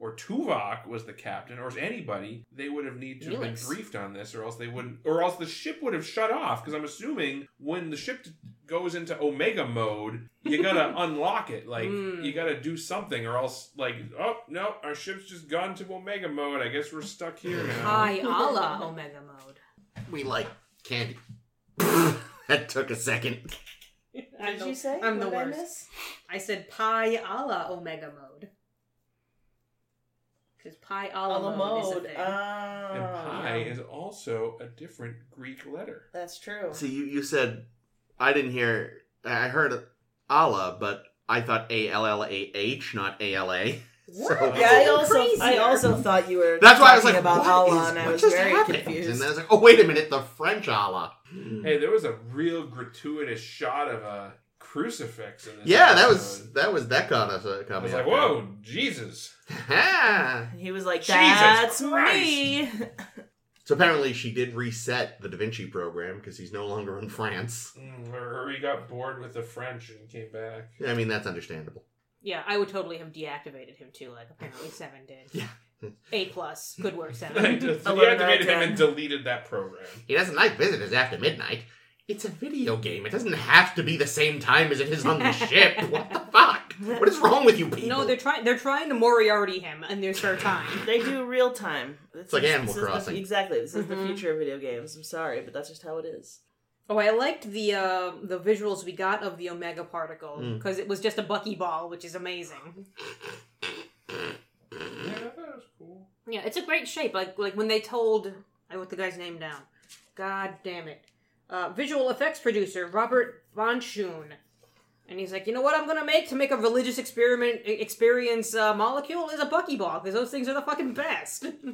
or Tuvok was the captain, or anybody, they would have need to have been Neelix. briefed on this, or else they wouldn't, or else the ship would have shut off. Because I'm assuming when the ship goes into Omega mode, you gotta unlock it, like Mm. you gotta do something, or else like, oh no, our ship's just gone to Omega mode. I guess we're stuck here now. Hi, Allah, Omega mode. we like candy. that took a second. I'm What did the- you say? I'm the What did I worst. miss? I said Pi Allah Omega mode. Because Pi Allah Ala mode, Ah. is a mode. thing. Oh, And pi yeah. is also a different Greek letter. That's true. See, you, you said I didn't hear. I heard Allah, but I thought A L L A H, not A L A. What? So- Yeah, I That's also crazier. I also thought you were. That's why I was like, talking about what, Allah, is- and I what was just very happened? And confused. then I was like, oh wait a minute, the French Allah. Hey, there was a real gratuitous shot of a crucifix in this. yeah, that was episode. that was that caught us. Uh, caught I was me like, off guard. whoa, Jesus. Ha! And he was like, Jesus "That's Christ. me." so apparently, she did reset the Da Vinci program because he's no longer in France. Mm, or he got bored with the French and came back. I mean, that's understandable. Yeah, I would totally have deactivated him too. Like apparently seven did. Yeah. A plus. Good work, he seven. activated him Eleven. and deleted that program. He doesn't like visitors after midnight. It's a video game. It doesn't have to be the same time as it is on the ship. What the fuck? What is wrong with you people? no, they're trying. They're trying to Moriarty him in their spare time. They do real time. This like is- Animal this is the- Crossing. exactly. This is Mhm. the future of video games. I'm sorry, but that's just how it is. Oh, I liked the uh, the visuals we got of the Omega particle Mm. because it was just a buckyball, which is amazing. Yeah, I thought it was cool. Yeah, it's a great shape. Like like when they told I wrote the guy's name down. God damn it. Uh, visual effects producer Robert Bonchun. And he's like, you know what I'm gonna make to make a religious experiment e-, experience uh, molecule is a buckyball because those things are the fucking best.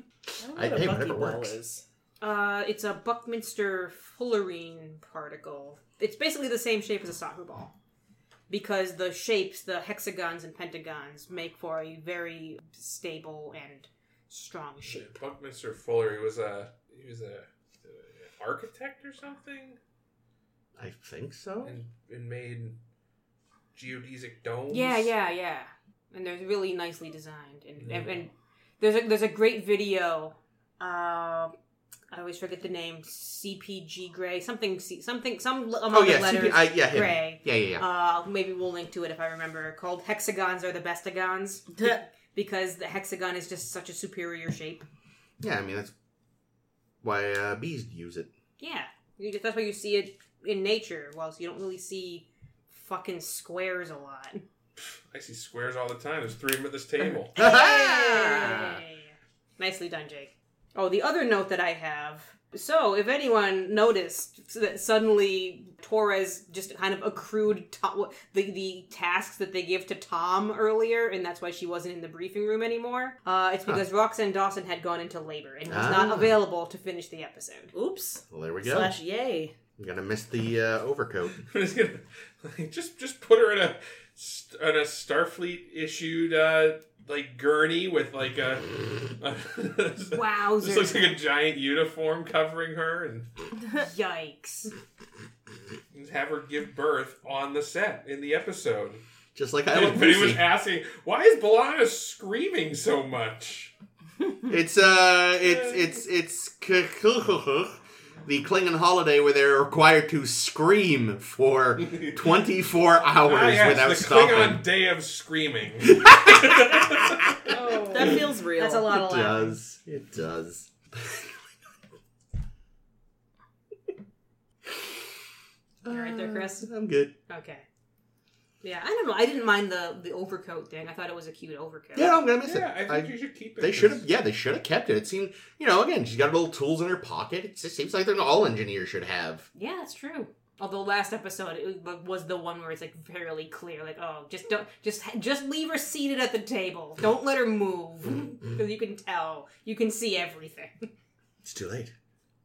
I- I don't know what a hey, whatever buckyball works. is. Uh, it's a Buckminster fullerene particle. It's basically the same shape as a soccer ball. Because the shapes, the hexagons and pentagons, make for a very stable and strong Yeah, shape. Buckminster Fuller, he was a he was a, uh architect or something, I think so. and, and made geodesic domes. Yeah, yeah, yeah. And they're really nicely designed. And, and, Yeah. and there's a there's a great video. Uh, I always forget the name. CPG Gray, something, C- something, some l- among Oh yeah, the letters. CP, I, yeah, him. Gray. yeah, yeah, yeah. Uh, maybe we'll link to it if I remember. Called hexagons are the bestagons be- because the hexagon is just such a superior shape. yeah, I mean that's why uh, bees use it. Yeah, You- that's why you see it in nature. Whilst you don't really see fucking squares a lot. I see squares all the time. There's three of them at this table. Ha ha! Nicely done, Jake. Oh, the other note that I have So, if anyone noticed that suddenly Torres just kind of accrued to- the the tasks that they give to Tom earlier, and that's why she wasn't in the briefing room anymore, uh, it's because Roxanne Dawson had gone into labor and was Ah. not available to finish the episode. Oops. Well, there we go. Slash yay. I'm gonna miss the uh, overcoat. I'm just gonna like, just just put her in a st- in a Starfleet issued uh, like gurney with like a. Wowzers! This looks like a giant uniform covering her, and Yikes! have her give birth on the set in the episode. Just like I And love Anybody was Lucy. asking, why is Belana screaming so much? It's uh, it's it's it's k- the Klingon holiday where they're required to scream for 24 hours Ah, yes, without the stopping. Klingon day of screaming. Oh, That feels real. that's a lot of It laughing. does. It does. You all right there, Chris? Uh, I'm good. Okay. Yeah, I don't know. I didn't mind the the overcoat thing. I thought it was a cute overcoat. Yeah, no, I'm gonna miss yeah, I it. think I- you should keep it. they should have. Yeah, they should have kept it. It seemed, you know, again, she's got little tools in her pocket. It just seems like they're all engineers should have. Yeah, that's true. Although last episode it wa- was the one where it's like fairly clear, like oh, just don't, just just leave her seated at the table. Don't let her move because you can tell, you can see everything. You It's too late.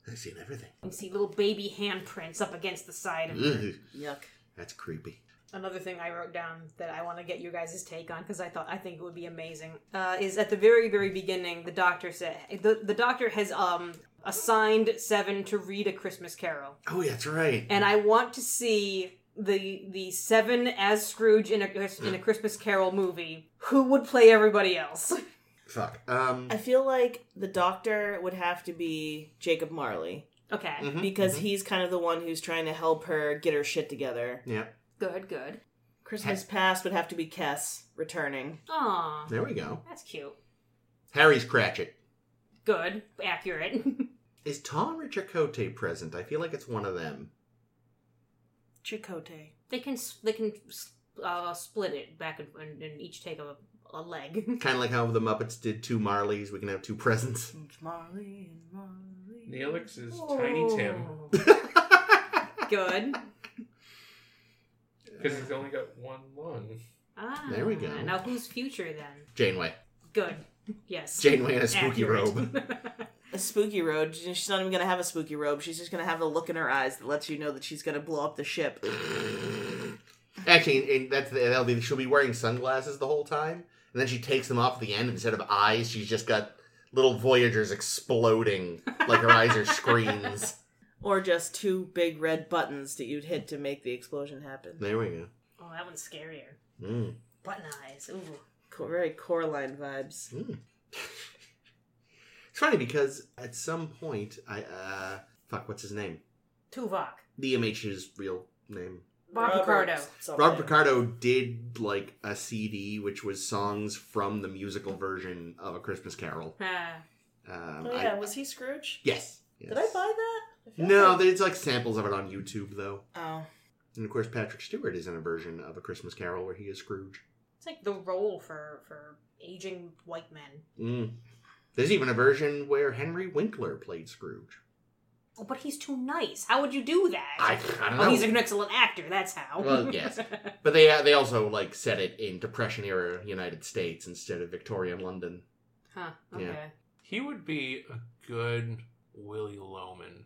I've seen everything. can see little baby handprints up against the side of her. Ugh, Yuck. that's creepy. Another thing I wrote down that I want to get your guys' take on because I thought I think it would be amazing uh, is at the very very beginning the doctor said the the doctor has um assigned Seven to read a Christmas Carol. Oh, yeah, that's right. and I want to see the the seven as Scrooge in a in a Christmas Carol movie. Who would play everybody else? Fuck. Um. I feel like the doctor would have to be Jacob Marley Okay, mhm, because mhm. he's kind of the one who's trying to help her get her shit together. Yeah. good, good. Christmas past would have to be Kess returning. Aw, There we go. that's cute. Harry's Cratchit. Good, accurate. Is Tom or Chakotay present? I feel like it's one of them. Chicote. they can s- they can uh, split it back and, and, and each take a, a leg. Kind of like how the Muppets did two Marleys. We can have two presents. Marley and Marley. Neelix is Oh. Tiny Tim Good. because he's only got one lung. Ah, There we go. Now who's future then? Janeway. Good. Yes. Janeway in a spooky Accurate. robe. A spooky robe. She's not even gonna have a spooky robe. She's just gonna have a look in her eyes that lets you know that she's gonna blow up the ship. Actually, and that's the, that'll be she'll be wearing sunglasses the whole time, and then she takes them off at the end. Instead of eyes, she's just got little Voyagers exploding like her eyes are screens. Or just two big red buttons that you'd hit to make the explosion happen. There we go. oh, that one's scarier. Mm. Button eyes. Ooh. Co- very Coraline vibes. Hmm. It's funny because at some point, I uh, fuck, what's his name? Tuvok. DMH's real name. Bob Robert Picardo. something. Rob Picardo did like a CD, which was songs from the musical version of A Christmas Carol. Ah. Um, Oh I- yeah, was he Scrooge? yes, yes. Did I buy that? I feel No, like- there's like samples of it on YouTube though. Oh. And of course, Patrick Stewart is in a version of A Christmas Carol where he is Scrooge. It's like the role for for aging white men. Mm. There's even a version where Henry Winkler played Scrooge. Oh, but he's too nice. How would you do that? I, I don't know. oh, he's an excellent actor. That's how. Well, yes. but they they also like set it in Depression era United States instead of Victorian London. huh. Okay. Yeah. He would be a good Willy Loman.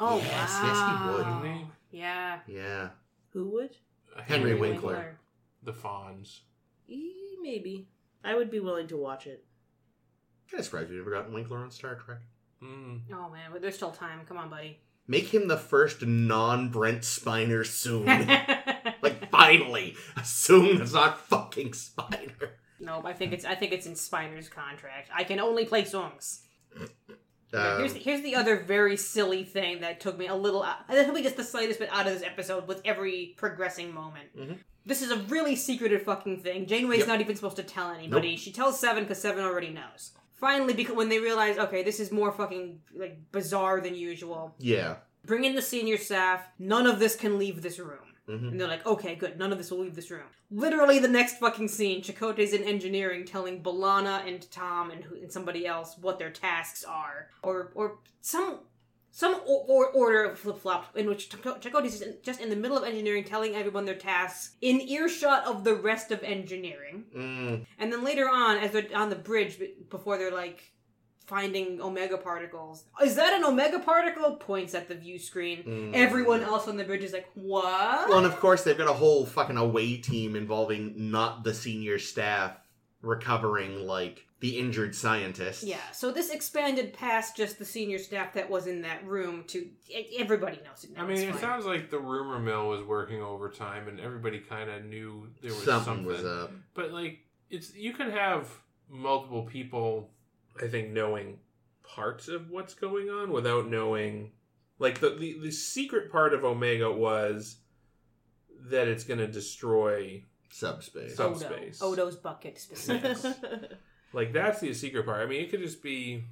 Oh Yes, yes, he wow. would. Wouldn't Yeah. Yeah, Who would? A Henry Winkler. The Fonz. E, maybe. I would be willing to watch it. kind of surprised we never got Winkler on Star Trek. Mm. Oh man, but there's still time. Come on, buddy. Make him the first non Brent Spiner soon. like finally, a soon is not fucking Spiner. nope. I think it's I think it's in Spiner's contract. I can only play songs. Um, here's, the, here's the other very silly thing that took me a little out, that took me just the slightest bit out of this episode with every progressing moment. Mhm. This is a really secretive fucking thing. Janeway's Yep. not even supposed to tell anybody. She tells Seven because Seven already knows. Finally, because when they realize, okay, this is more fucking like bizarre than usual, yeah. bring in the senior staff. None of this can leave this room. Mhm. And they're like, okay, good. None of this will leave this room. Literally, the next fucking scene, Chakotay's in engineering, telling Balana and Tom and, who, and somebody else what their tasks are, or or some some o- or order flip flopped in which Chakotay is in- just in the middle of engineering, telling everyone their tasks in earshot of the rest of engineering. Mm, And then later on, as they're on the bridge b- before they're like finding omega particles, is that an omega particle? Points at the view screen. mm. Everyone else on the bridge is like, what? Well, and of course they've got a whole fucking away team involving not the senior staff recovering like the injured scientists. Yeah, so this expanded past just the senior staff that was in that room to e- everybody knows it. Now. I mean, it it's fine. sounds like the rumor mill was working overtime, and everybody kind of knew there was something, something. was up. But like, it's you can have multiple people, I think, knowing parts of what's going on without knowing. Like the the, the secret part of Omega was that it's going to destroy. Subspace. So- subspace. Odo. Odo's bucket specifically. yeah, Like that's the secret part. I mean, it could just be,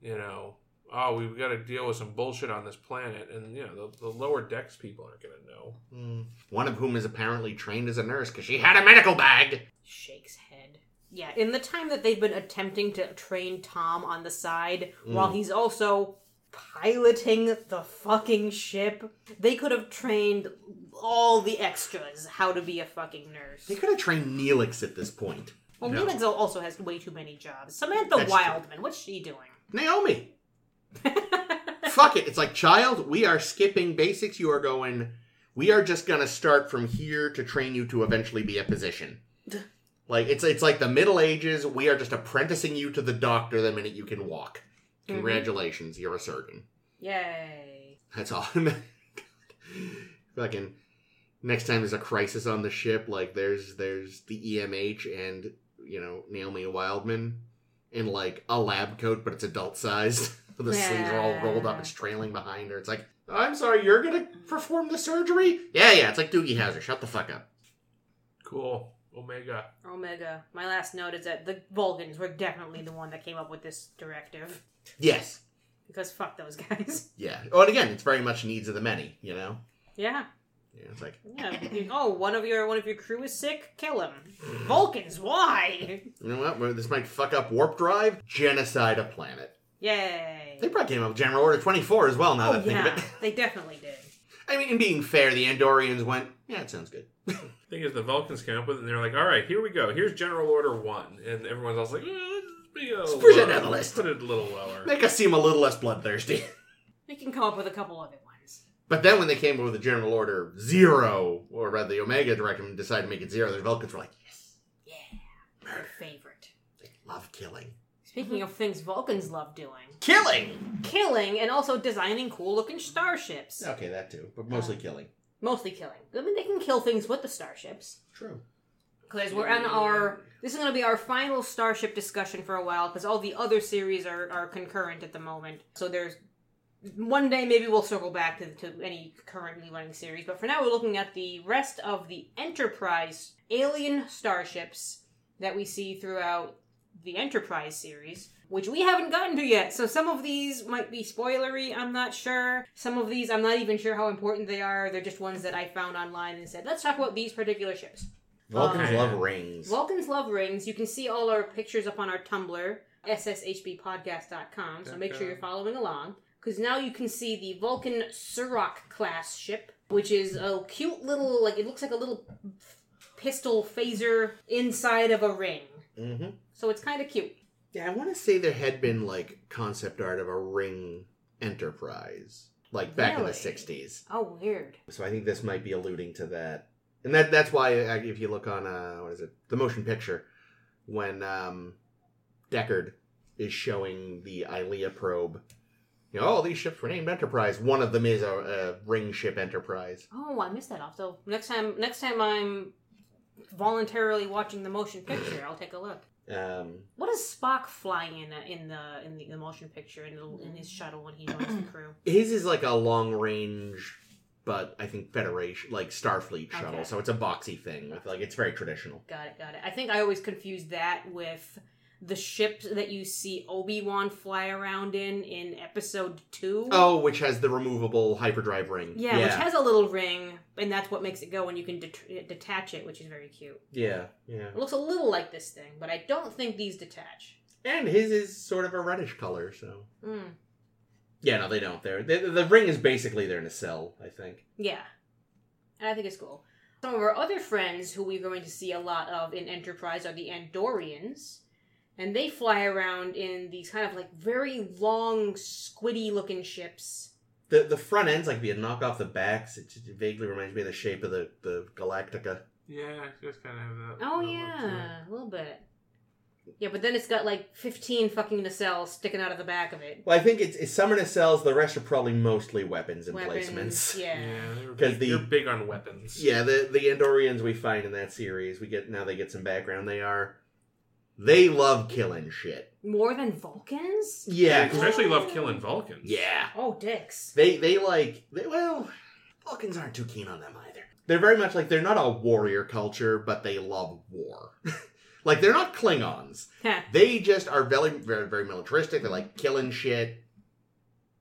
you know. Oh, we've got to deal with some bullshit on this planet, and you know the, the lower decks people aren't going to know. Mm. One of whom is apparently trained as a nurse because she had a medical bag. Shakes head. Yeah, in the time that they've been attempting to train Tom on the side, Mm. while he's also piloting the fucking ship, they could have trained all the extras how to be a fucking nurse. They could have trained Neelix at this point. Well, No. Neelix also has way too many jobs. Samantha That's true. Wildman, what's she doing? Naomi. Fuck it. It's like, child, we are skipping basics. You are going, we are just going to start from here to train you to eventually be a physician. Like, it's, it's like the Middle Ages. We are just apprenticing you to the doctor the minute you can walk. Congratulations, you're a surgeon. Yay. That's all. Fucking. Next time there's a crisis on the ship, like there's there's the EMH and you know Naomi Wildman in like a lab coat, but it's adult sized. the sleeves are all rolled up. It's trailing behind her. It's like, I'm sorry, you're gonna perform the surgery? Yeah, yeah. It's like Doogie Howser. Shut the fuck up. Cool, Omega. Omega. My last note is that the Vulcans were definitely the one that came up with this directive. Yes. Because fuck those guys. Yeah. Oh, and again, it's very much needs of the many. You know. Yeah. Yeah, it's like Yeah. oh, one of your one of your crew is sick, kill him. Vulcans, why? you know what? Well, This might fuck up warp drive. Genocide a planet. Yay. They probably came up with General Order 24 as well. Now that Oh I think of yeah. it. They definitely did. I mean, in being fair, the Andorians went, yeah, it sounds good. thing is, the Vulcans came up with it, and they're like, "All right, here we go. Here's General Order One," and everyone's else like, eh, "Let's be a little push it lower. down the list." Put it a little lower." Make us seem a little less bloodthirsty. We can come up with a couple other ones. But then when they came up with the General Order Zero, or rather the Omega Directive and decided to make it zero, the Vulcans were like, Yeah. My favorite. they love killing. Speaking of things Vulcans love doing. Killing! Killing and also designing cool looking starships. Okay, that too, but mostly killing. Mostly killing. I mean they can kill things with the starships. True. because we're on our this is going to be our final starship discussion for a while because all the other series are, are concurrent at the moment so there's one day maybe we'll circle back to, to any currently running series but for now we're looking at the rest of the enterprise alien starships that we see throughout the enterprise series which we haven't gotten to yet so some of these might be spoilery i'm not sure some of these i'm not even sure how important they are they're just ones that i found online and said let's talk about these particular ships Vulcans Okay. love rings. Vulcans love rings. You can see all our pictures up on our Tumblr, sshbpodcast.com. So make sure you're following along. Because now you can see the Vulcan Surak class ship, which is a cute little, like, it looks like a little pistol phaser inside of a ring. hmm So it's kind of cute. Yeah, I want to say there had been, like, concept art of a ring enterprise, like, back in the Really? 60s. Oh, weird. So I think this might be alluding to that, and that that's why uh, if you look on uh, what is it, the motion picture, when um, Deckard is showing the Ilea probe, you know, all these ships were named Enterprise. One of them is a, a ring ship Enterprise. Oh, I missed that off. So next time, next time I'm voluntarily watching the motion picture, I'll take a look. Um, What does Spock fly in uh, in the in the, the motion picture in, the, in his shuttle when he joins the crew? his is like a long range, but I think Federation like Starfleet shuttle, Okay. so it's a boxy thing with like it's very traditional. Got it, got it. I think I always confuse that with the ship that you see Obi Wan fly around in in Episode Two. Oh, which has the removable hyperdrive ring. Yeah, which has a little ring, and that's what makes it go, and you can det- detach it, which is very cute. yeah, yeah. It looks a little like this thing, but I don't think these detach. And his is sort of a reddish color, so. Mm. Yeah, no, they don't. They're, they the ring is basically their nacelle, I think. Yeah. And I think it's cool. Some of our other friends who we're going to see a lot of in Enterprise are the Andorians. And they fly around in these kind of like very long, squiddy looking ships. The the front end's like be a knockoff the backs. It just vaguely reminds me of the shape of the, the Galactica. Yeah, it does kind of have that. Oh, that look to it. yeah, a little bit. Yeah, but then it's got like 15 fucking nacelles sticking out of the back of it. Well, I think it's, it's some are nacelles. The rest are probably mostly weapons Weapons, emplacements. Yeah. Yeah, they're 'Cause big, the- they're big on weapons. Yeah, the the Andorians we find in that series, we get now they get some background. They are they love killing shit. More than Vulcans? Yeah, They 'cause- especially love killing Vulcans. yeah. Oh, dicks. They they like they, well, Vulcans aren't too keen on them either. They're very much like they're not a warrior culture, but they love war. like they're not Klingons. Heh. They just are very very very militaristic. They're like killing shit.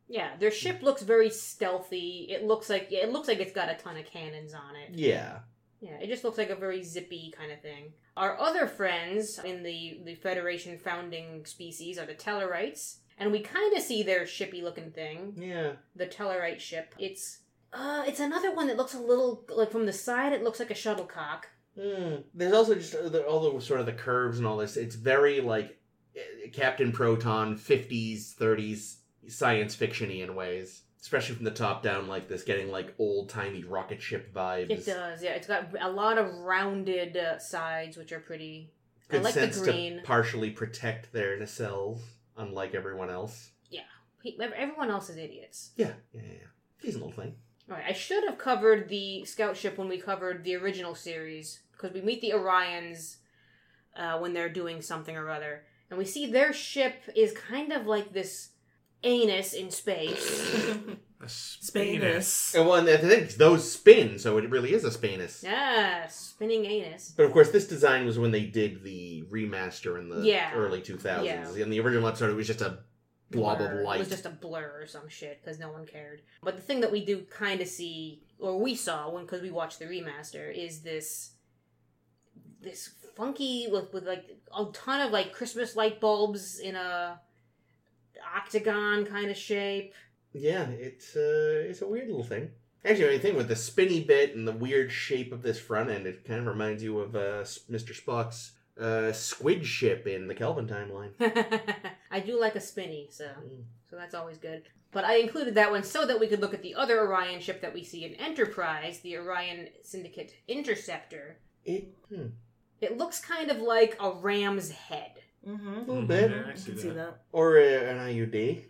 yeah, their ship looks very stealthy. It looks like yeah, it looks like it's got a ton of cannons on it. Yeah. Yeah, it just looks like a very zippy kind of thing. Our other friends in the, the Federation founding species are the Tellarites, and we kind of see their shippy looking thing, Yeah. the Tellarite ship. It's uh, it's another one that looks a little like from the side. It looks like a shuttlecock. Mm. There's also just uh, the, all the sort of the curves and all this. It's very like eh, Captain Proton, 50s, 30s science fiction-y in ways, especially from the top down like this, getting like old timey rocket ship vibes. It does, yeah. It's got a lot of rounded uh, sides, which are pretty. I like the green. to partially protect their nacelles, unlike everyone else. He, ev- everyone else is idiots. Yeah, yeah, yeah. yeah. Decent little thing. All right, I should have covered the scout ship when we covered the original series because we meet the Orions uh, when they're doing something or other, and we see their ship is kind of like this anus in space. A Spanus. Spanus. And one, I think those spin, so it really is a Spanus. yeah, spinning anus. But of course, this design was when they did the remaster in the Yeah. early 2000s. Yeah. In the original episode, it was just a blob Blur. of It light. was just a blur or some shit because no one cared. But the thing that we do kind of see, or we saw when because we watched the remaster, is this this funky with with like a ton of like Christmas light bulbs in a octagon kind of shape. Yeah, it's uh, it's a weird little thing. Actually, anything with the spinny bit and the weird shape of this front end, it kind of reminds you of uh, S- Mr. Spock's uh, squid ship in the Kelvin timeline. I do like a spinny, so Mm. so that's always good. But I included that one so that we could look at the other Orion ship that we see in Enterprise, the Orion Syndicate Interceptor. It hmm, It looks kind of like a ram's head. Mm-hmm. a little Mhm, bit, yeah, I I see can see that. that. or uh, an IUD.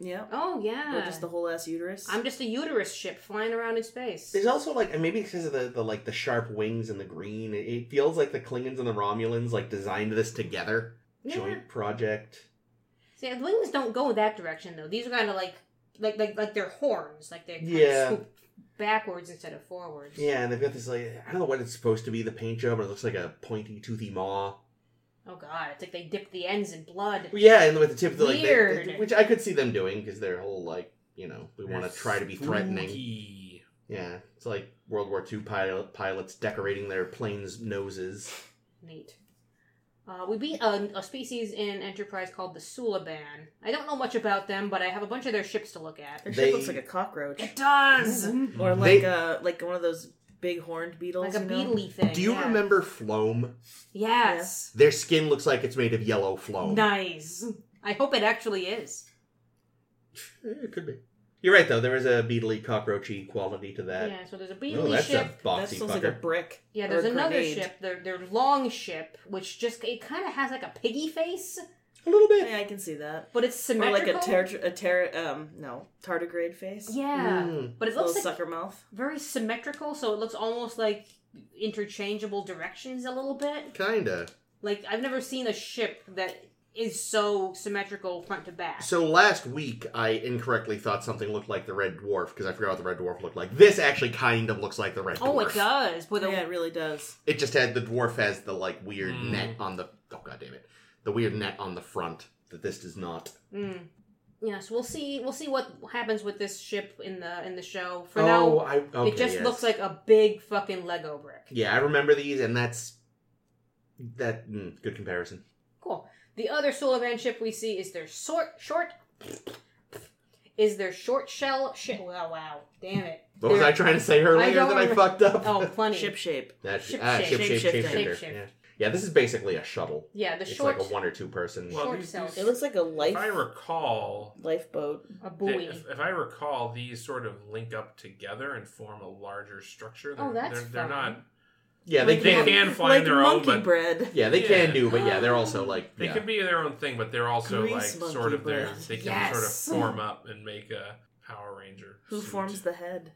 Yeah. Oh yeah. Or just the whole ass uterus. I'm just a uterus ship flying around in space. There's also like and maybe because of the, the like the sharp wings and the green, it, it feels like the Klingons and the Romulans like designed this together, Yeah. joint project. See, the wings don't go that direction though. These are kind of like, like, like, like they're horns. Like they kind Yeah. of swoop backwards instead of forwards. Yeah, and they've got this like I don't know what it's supposed to be the paint job, but it looks like a pointy toothy maw. Oh god, it's like they dip the ends in blood. Yeah, and with the tip of the like, they- Weird. they- which I could see them doing because their whole like you know we want to try to be threatening. Spooky. Yeah, it's like World War II pilot pilots decorating their planes' noses. Neat. Uh, we beat a, a species in Enterprise called the Sulaban. I don't know much about them, but I have a bunch of their ships to look at. Her They- shit looks like a cockroach. It does, Mm-hmm. or like They- uh like one of those big horned beetles. like a you know? beetly thing. Do you yeah. remember Floam? Yes. Their skin looks like it's made of yellow Floam. Nice. I hope it actually is. Eh, It could be. You're right though. There is a beetly cockroachy quality to that. yeah. So there's a oh, beetly that's ship. a boxy That sounds fucker. like a brick. Yeah, or there's a another grenade. ship, their their long ship, which just it kind of has like a piggy face, a little bit. Yeah, I can see that. but it's Or symmetrical. like a ter a ter um no tardigrade face. Yeah, Mm. but it Little looks like sucker mouth. very symmetrical, so it looks almost like interchangeable directions a little bit. Kinda. Like I've never seen a ship that is so symmetrical front to back. So last week I incorrectly thought something looked like the red dwarf because I forgot what the red dwarf looked like. This actually kind of looks like the red oh, dwarf. it does with a Yeah, it really does. It just had the dwarf has the like weird Mm. net on the oh god damn it. The weird net on the front that this does not. Mm. Yeah, so we'll see. We'll see what happens with this ship in the in the show. For oh, now, I okay, it just yes. looks like a big fucking Lego brick. Yeah, I remember these and that's that mm, good comparison. Cool. The other Sullivan ship we see is their sort short is their short shell. Sh- Oh, wow, wow, damn it. What was Their- I trying to say earlier I don't that I remember- fucked up? Oh, plenty. Ship shape. That Ship ah, shape. ship shape, shape, Shape shift. shifter. Shape Yeah. yeah, this is basically a shuttle. Yeah, the it's short, like a one or two person. Well, short these- cells. these- It looks like a life If I recall, lifeboat. a th- buoy. if, if I recall, these sort of link up together and form a larger structure. They're, Oh, that's they're, they're fun. not. yeah, they Like can. mon- can fly like on their own, monkey but- bread. yeah, they Yeah. can do, but yeah, they're also like They yeah. can be their own thing, but they're also Grease like monkey sort of their. breath. They can Yes. sort of form up and make a Power Ranger. Who suit. forms the head?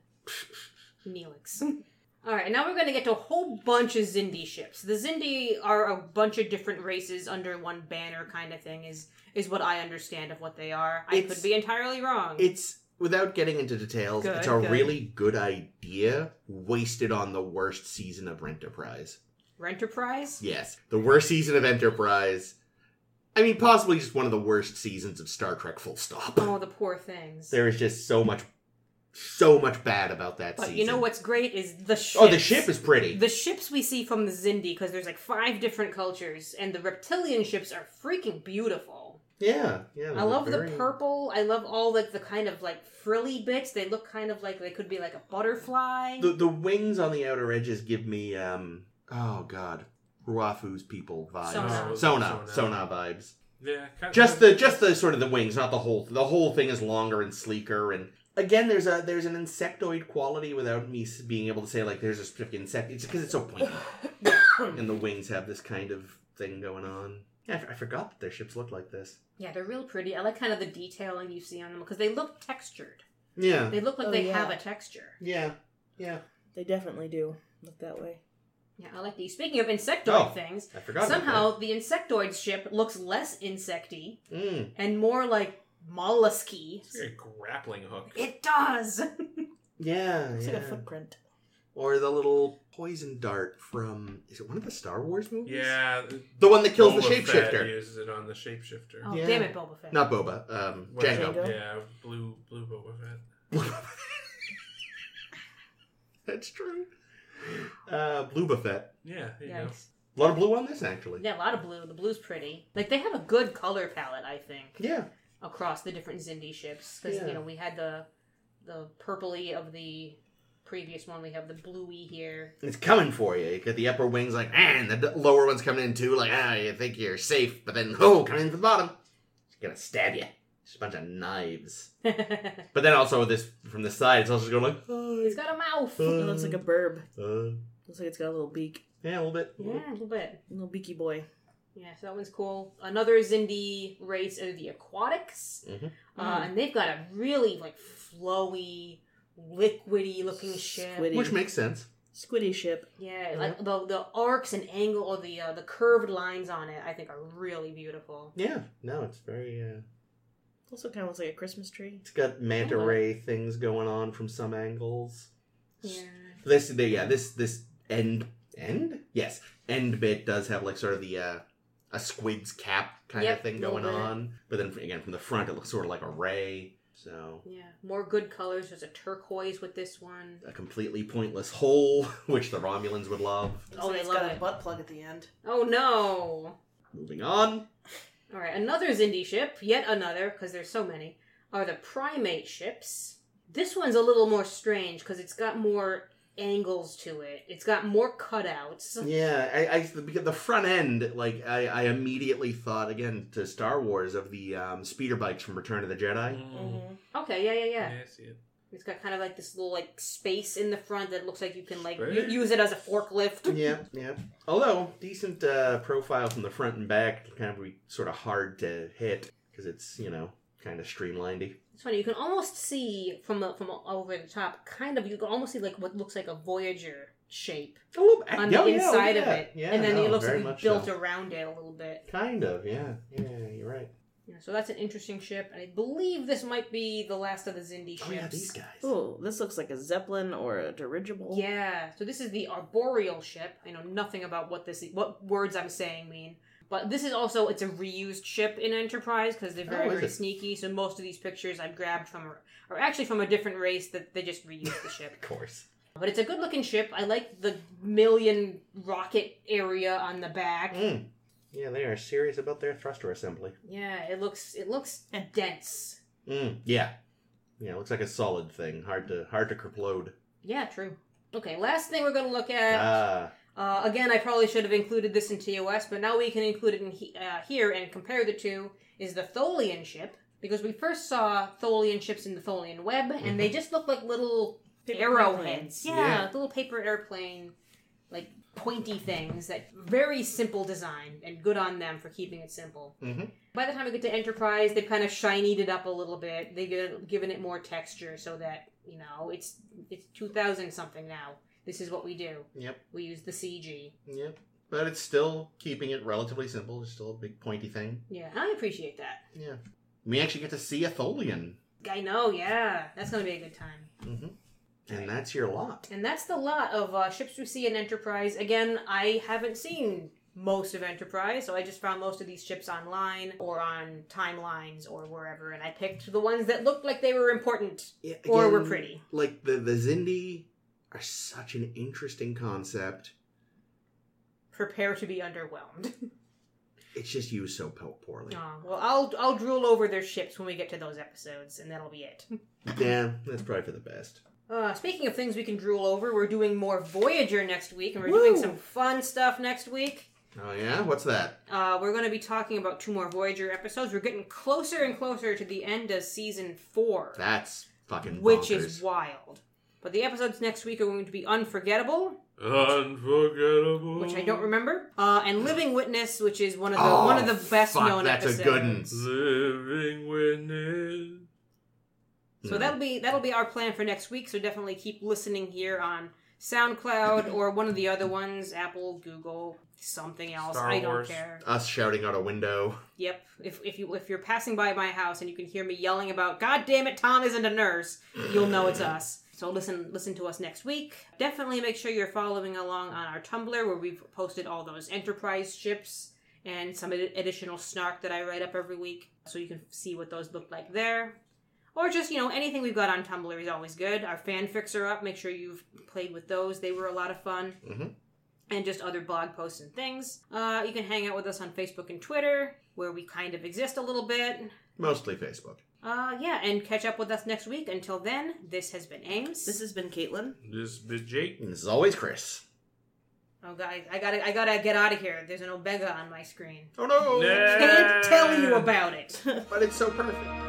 Neelix. All right, now we're going to get to a whole bunch of Zindi ships. The Zindi are a bunch of different races under one banner, kind of thing. Is is what I understand of what they are. I It's- could be entirely wrong. It's without getting into details. Good, it's a good. really good idea wasted on the worst season of Enterprise. Renterprise. Yes, the worst season of Enterprise. I mean, possibly just one of the worst seasons of Star Trek. Full stop. Oh, the poor things. There is just so much, so much bad about that but season. you know what's great is the ships. Oh, the ship is pretty. The ships we see from the Zindi, because there's like five different cultures, and the reptilian ships are freaking beautiful. yeah, yeah. I love very- the purple. I love all like the kind of like frilly bits. They look kind of like they could be like a butterfly. The the wings on the outer edges give me um oh god Ruafu's people vibes. Sona, Sona. Sona, Sona. vibes. Yeah, kind Just the just the sort of the wings, not the whole. The whole thing is longer and sleeker. And again, there's a there's an insectoid quality without me s- being able to say like there's a specific insect. It's because it's so pointy, and the wings have this kind of thing going on. Yeah, I, f- I forgot that their ships looked like this. Yeah, they're real pretty. I like kind of the detailing you see on them because they look textured. Yeah, They look like Oh, they yeah. have a texture. yeah, yeah. They definitely do look that way. Yeah, I like these. Speaking of insectoid Oh, things, I forgot. about somehow the insectoid ship looks less insecty that. Mm. and more like mollusky. It's like a grappling hook. It does. Oh, Yeah, It's like a yeah. footprint. or the little poison dart from is it one of the Star Wars movies? Yeah, the one that kills the Boba Fett shapeshifter. Uses it on the shapeshifter. Oh Yeah. damn it, Boba Fett. Not Boba, um, What- Django. Django? Yeah, blue blue Boba Fett. That's true. Uh, Blue Buffet. Yeah, there you go. Yikes. A lot of blue on this actually. Yeah, a lot of blue. The blue's pretty. Like they have a good color palette, I think, Yeah, across the different Zindi ships. Because Yeah. you know we had the the purpley of the previous one. We have the bluey here. it's coming for you. You get the upper wings like, ah, and the d- lower one's coming in too. Like, ah, you think you're safe, but then oh, coming in from the bottom, it's gonna stab you. It's a bunch of knives. He's But then also this from the side, it's also going like, oh, got a mouth. It looks like a burb. uh, Looks like it's got a little beak. yeah, a little bit. Yeah, a little bit. little beaky boy. Yeah, so that one's cool. Another Zindi race are the aquatics, Mhm. uh, and they've got a really like flowy, liquidy looking ship. Squiddy. Which makes sense. Squiddy ship. Yeah, like the the arcs and angle or the uh, the curved lines on it, I think are really beautiful. Yeah, no, it's very. Uh, Also kind of looks like a Christmas tree. it's got manta Yeah. ray things going on from some angles. Yeah, This, the, yeah, this this end end yes end bit does have like sort of the uh, a squid's cap kind Yep, of thing little going bit. on, but then again from the front it looks sort of like a ray. So yeah. More good colors. There's a turquoise with this one. a completely pointless hole, which the Romulans would love. Oh, they it's love got it. a butt plug at the end. Oh no! Moving on, All right, another Zindi ship, yet another, because there's so many, are the primate ships. This one's a little more strange because it's got more angles to it. It's got more cutouts. yeah, I, I because the front end like I, I immediately thought again to Star Wars of the um, speeder bikes from Return of the Mm-hmm. Jedi. Mm. Okay, yeah, yeah, yeah. Yeah, I see it. It's got kind of like this little like space in the front that looks like you can like u- Space. use it as a forklift. yeah, yeah. Although decent uh, profile from the front and back, kind of be sort of hard to hit because it's you know kind of streamlinedy. It's funny. You can almost see from the, from over the top, kind of. You can almost see like what looks like a Voyager shape A little eh, on the inside of it, oh, yeah. and then no, it looks very like you much built so. around it a little bit. Kind of, yeah, yeah. You're right. You know, so that's an interesting ship, and I believe this might be the last of the Zindi ships. Oh yeah, these guys. Oh, this looks like a zeppelin or a dirigible. Yeah, so this is the arboreal ship. I know nothing about what this what words I'm saying mean. But this is also it's a reused ship in Enterprise because they're very Oh, is very it? sneaky. So most of these pictures I've grabbed from are, are actually from a different race that they just reused the ship. Of course. But it's a good looking ship. I like the million rocket area on the back. Mm. Yeah, they are serious about their thruster assembly. Eh. Yeah, it looks it looks dense. Mm. Yeah, Yeah, looks like a solid thing. Hard to hard to kerplode. Yeah, true. Okay, last thing we're going to look at. Ah, Uh, again, I probably should have included this in TOS, but now we can include it in he- uh, here and compare the two. Is the Tholian ship because we first saw Tholian ships in the Tholian web, and they just look like little Paper arrowheads. airplanes. Yeah, Yeah. little paper airplane, like pointy things. That very simple design, and good on them for keeping it simple. Mhm. By the time we get to Enterprise, they've kind of shinied it up a little bit. They've gi- given it more texture so that you know it's it's two thousand something now. This is what we do. yep, We use the CG. yep. But it's still keeping it relatively simple. It's still a big pointy thing. Yeah, I appreciate that. Yeah. We actually get to see a Tholian. I know. Yeah, that's gonna be a good time. hmm And that's your lot. And that's the lot of uh, ships we see in Enterprise. Again, I haven't seen most of Enterprise, so I just found most of these ships online or on timelines or wherever, and I picked the ones that looked like they were important Yeah, or were again, pretty. Like the the Zindi are such an interesting concept. Prepare to be underwhelmed. It's just used so po- poorly. Aw, well, I'll I'll drool over their ships when we get to those episodes, and that'll be it. Yeah, that's probably for the best. Uh, speaking of things we can drool over, we're doing more Voyager next week, and we're doing Woo! some fun stuff next week. Oh yeah, what's that? Uh, we're going to be talking about two more Voyager episodes. We're getting closer and closer to the end of season four, That's fucking which bonkers. is wild. But the episodes next week are going to be Unforgettable, Unforgettable. which I don't remember, uh, and Living Witness, which is one of the Oh, one of the best fuck, known That's episodes. a good one. Living witness. So Mm-hmm. Hmm. that'll be that'll be our plan for next week. So definitely keep listening here on SoundCloud or one of the other ones, Apple, Google, something else. Star I don't Wars. care. us shouting out a window. Yep. If if you if you're passing by my house and you can hear me yelling about "God damn it, Tom isn't a nurse," you'll know it's us. So listen listen to us next week. Definitely make sure you're following along on our Tumblr where we've posted all those Enterprise ships and some ad- additional snark that I write up every week, so you can see what those look like there. Or just, you know, anything we've got on Tumblr is always good. Our fanfics are up. Make sure you've played with those. They were a lot of fun and just other blog posts and things. Uh, you can hang out with us on Facebook and Twitter, where we kind of exist a little bit. Mostly Facebook. Uh, yeah, and catch up with us next week. Until then, this has been Ames. This has been Caitlin. This is Jake. And this is always Chris. oh guys, I gotta, I gotta get out of here. There's an Omega on my screen. Oh no! Nah. Can't tell you about it. But it's so perfect.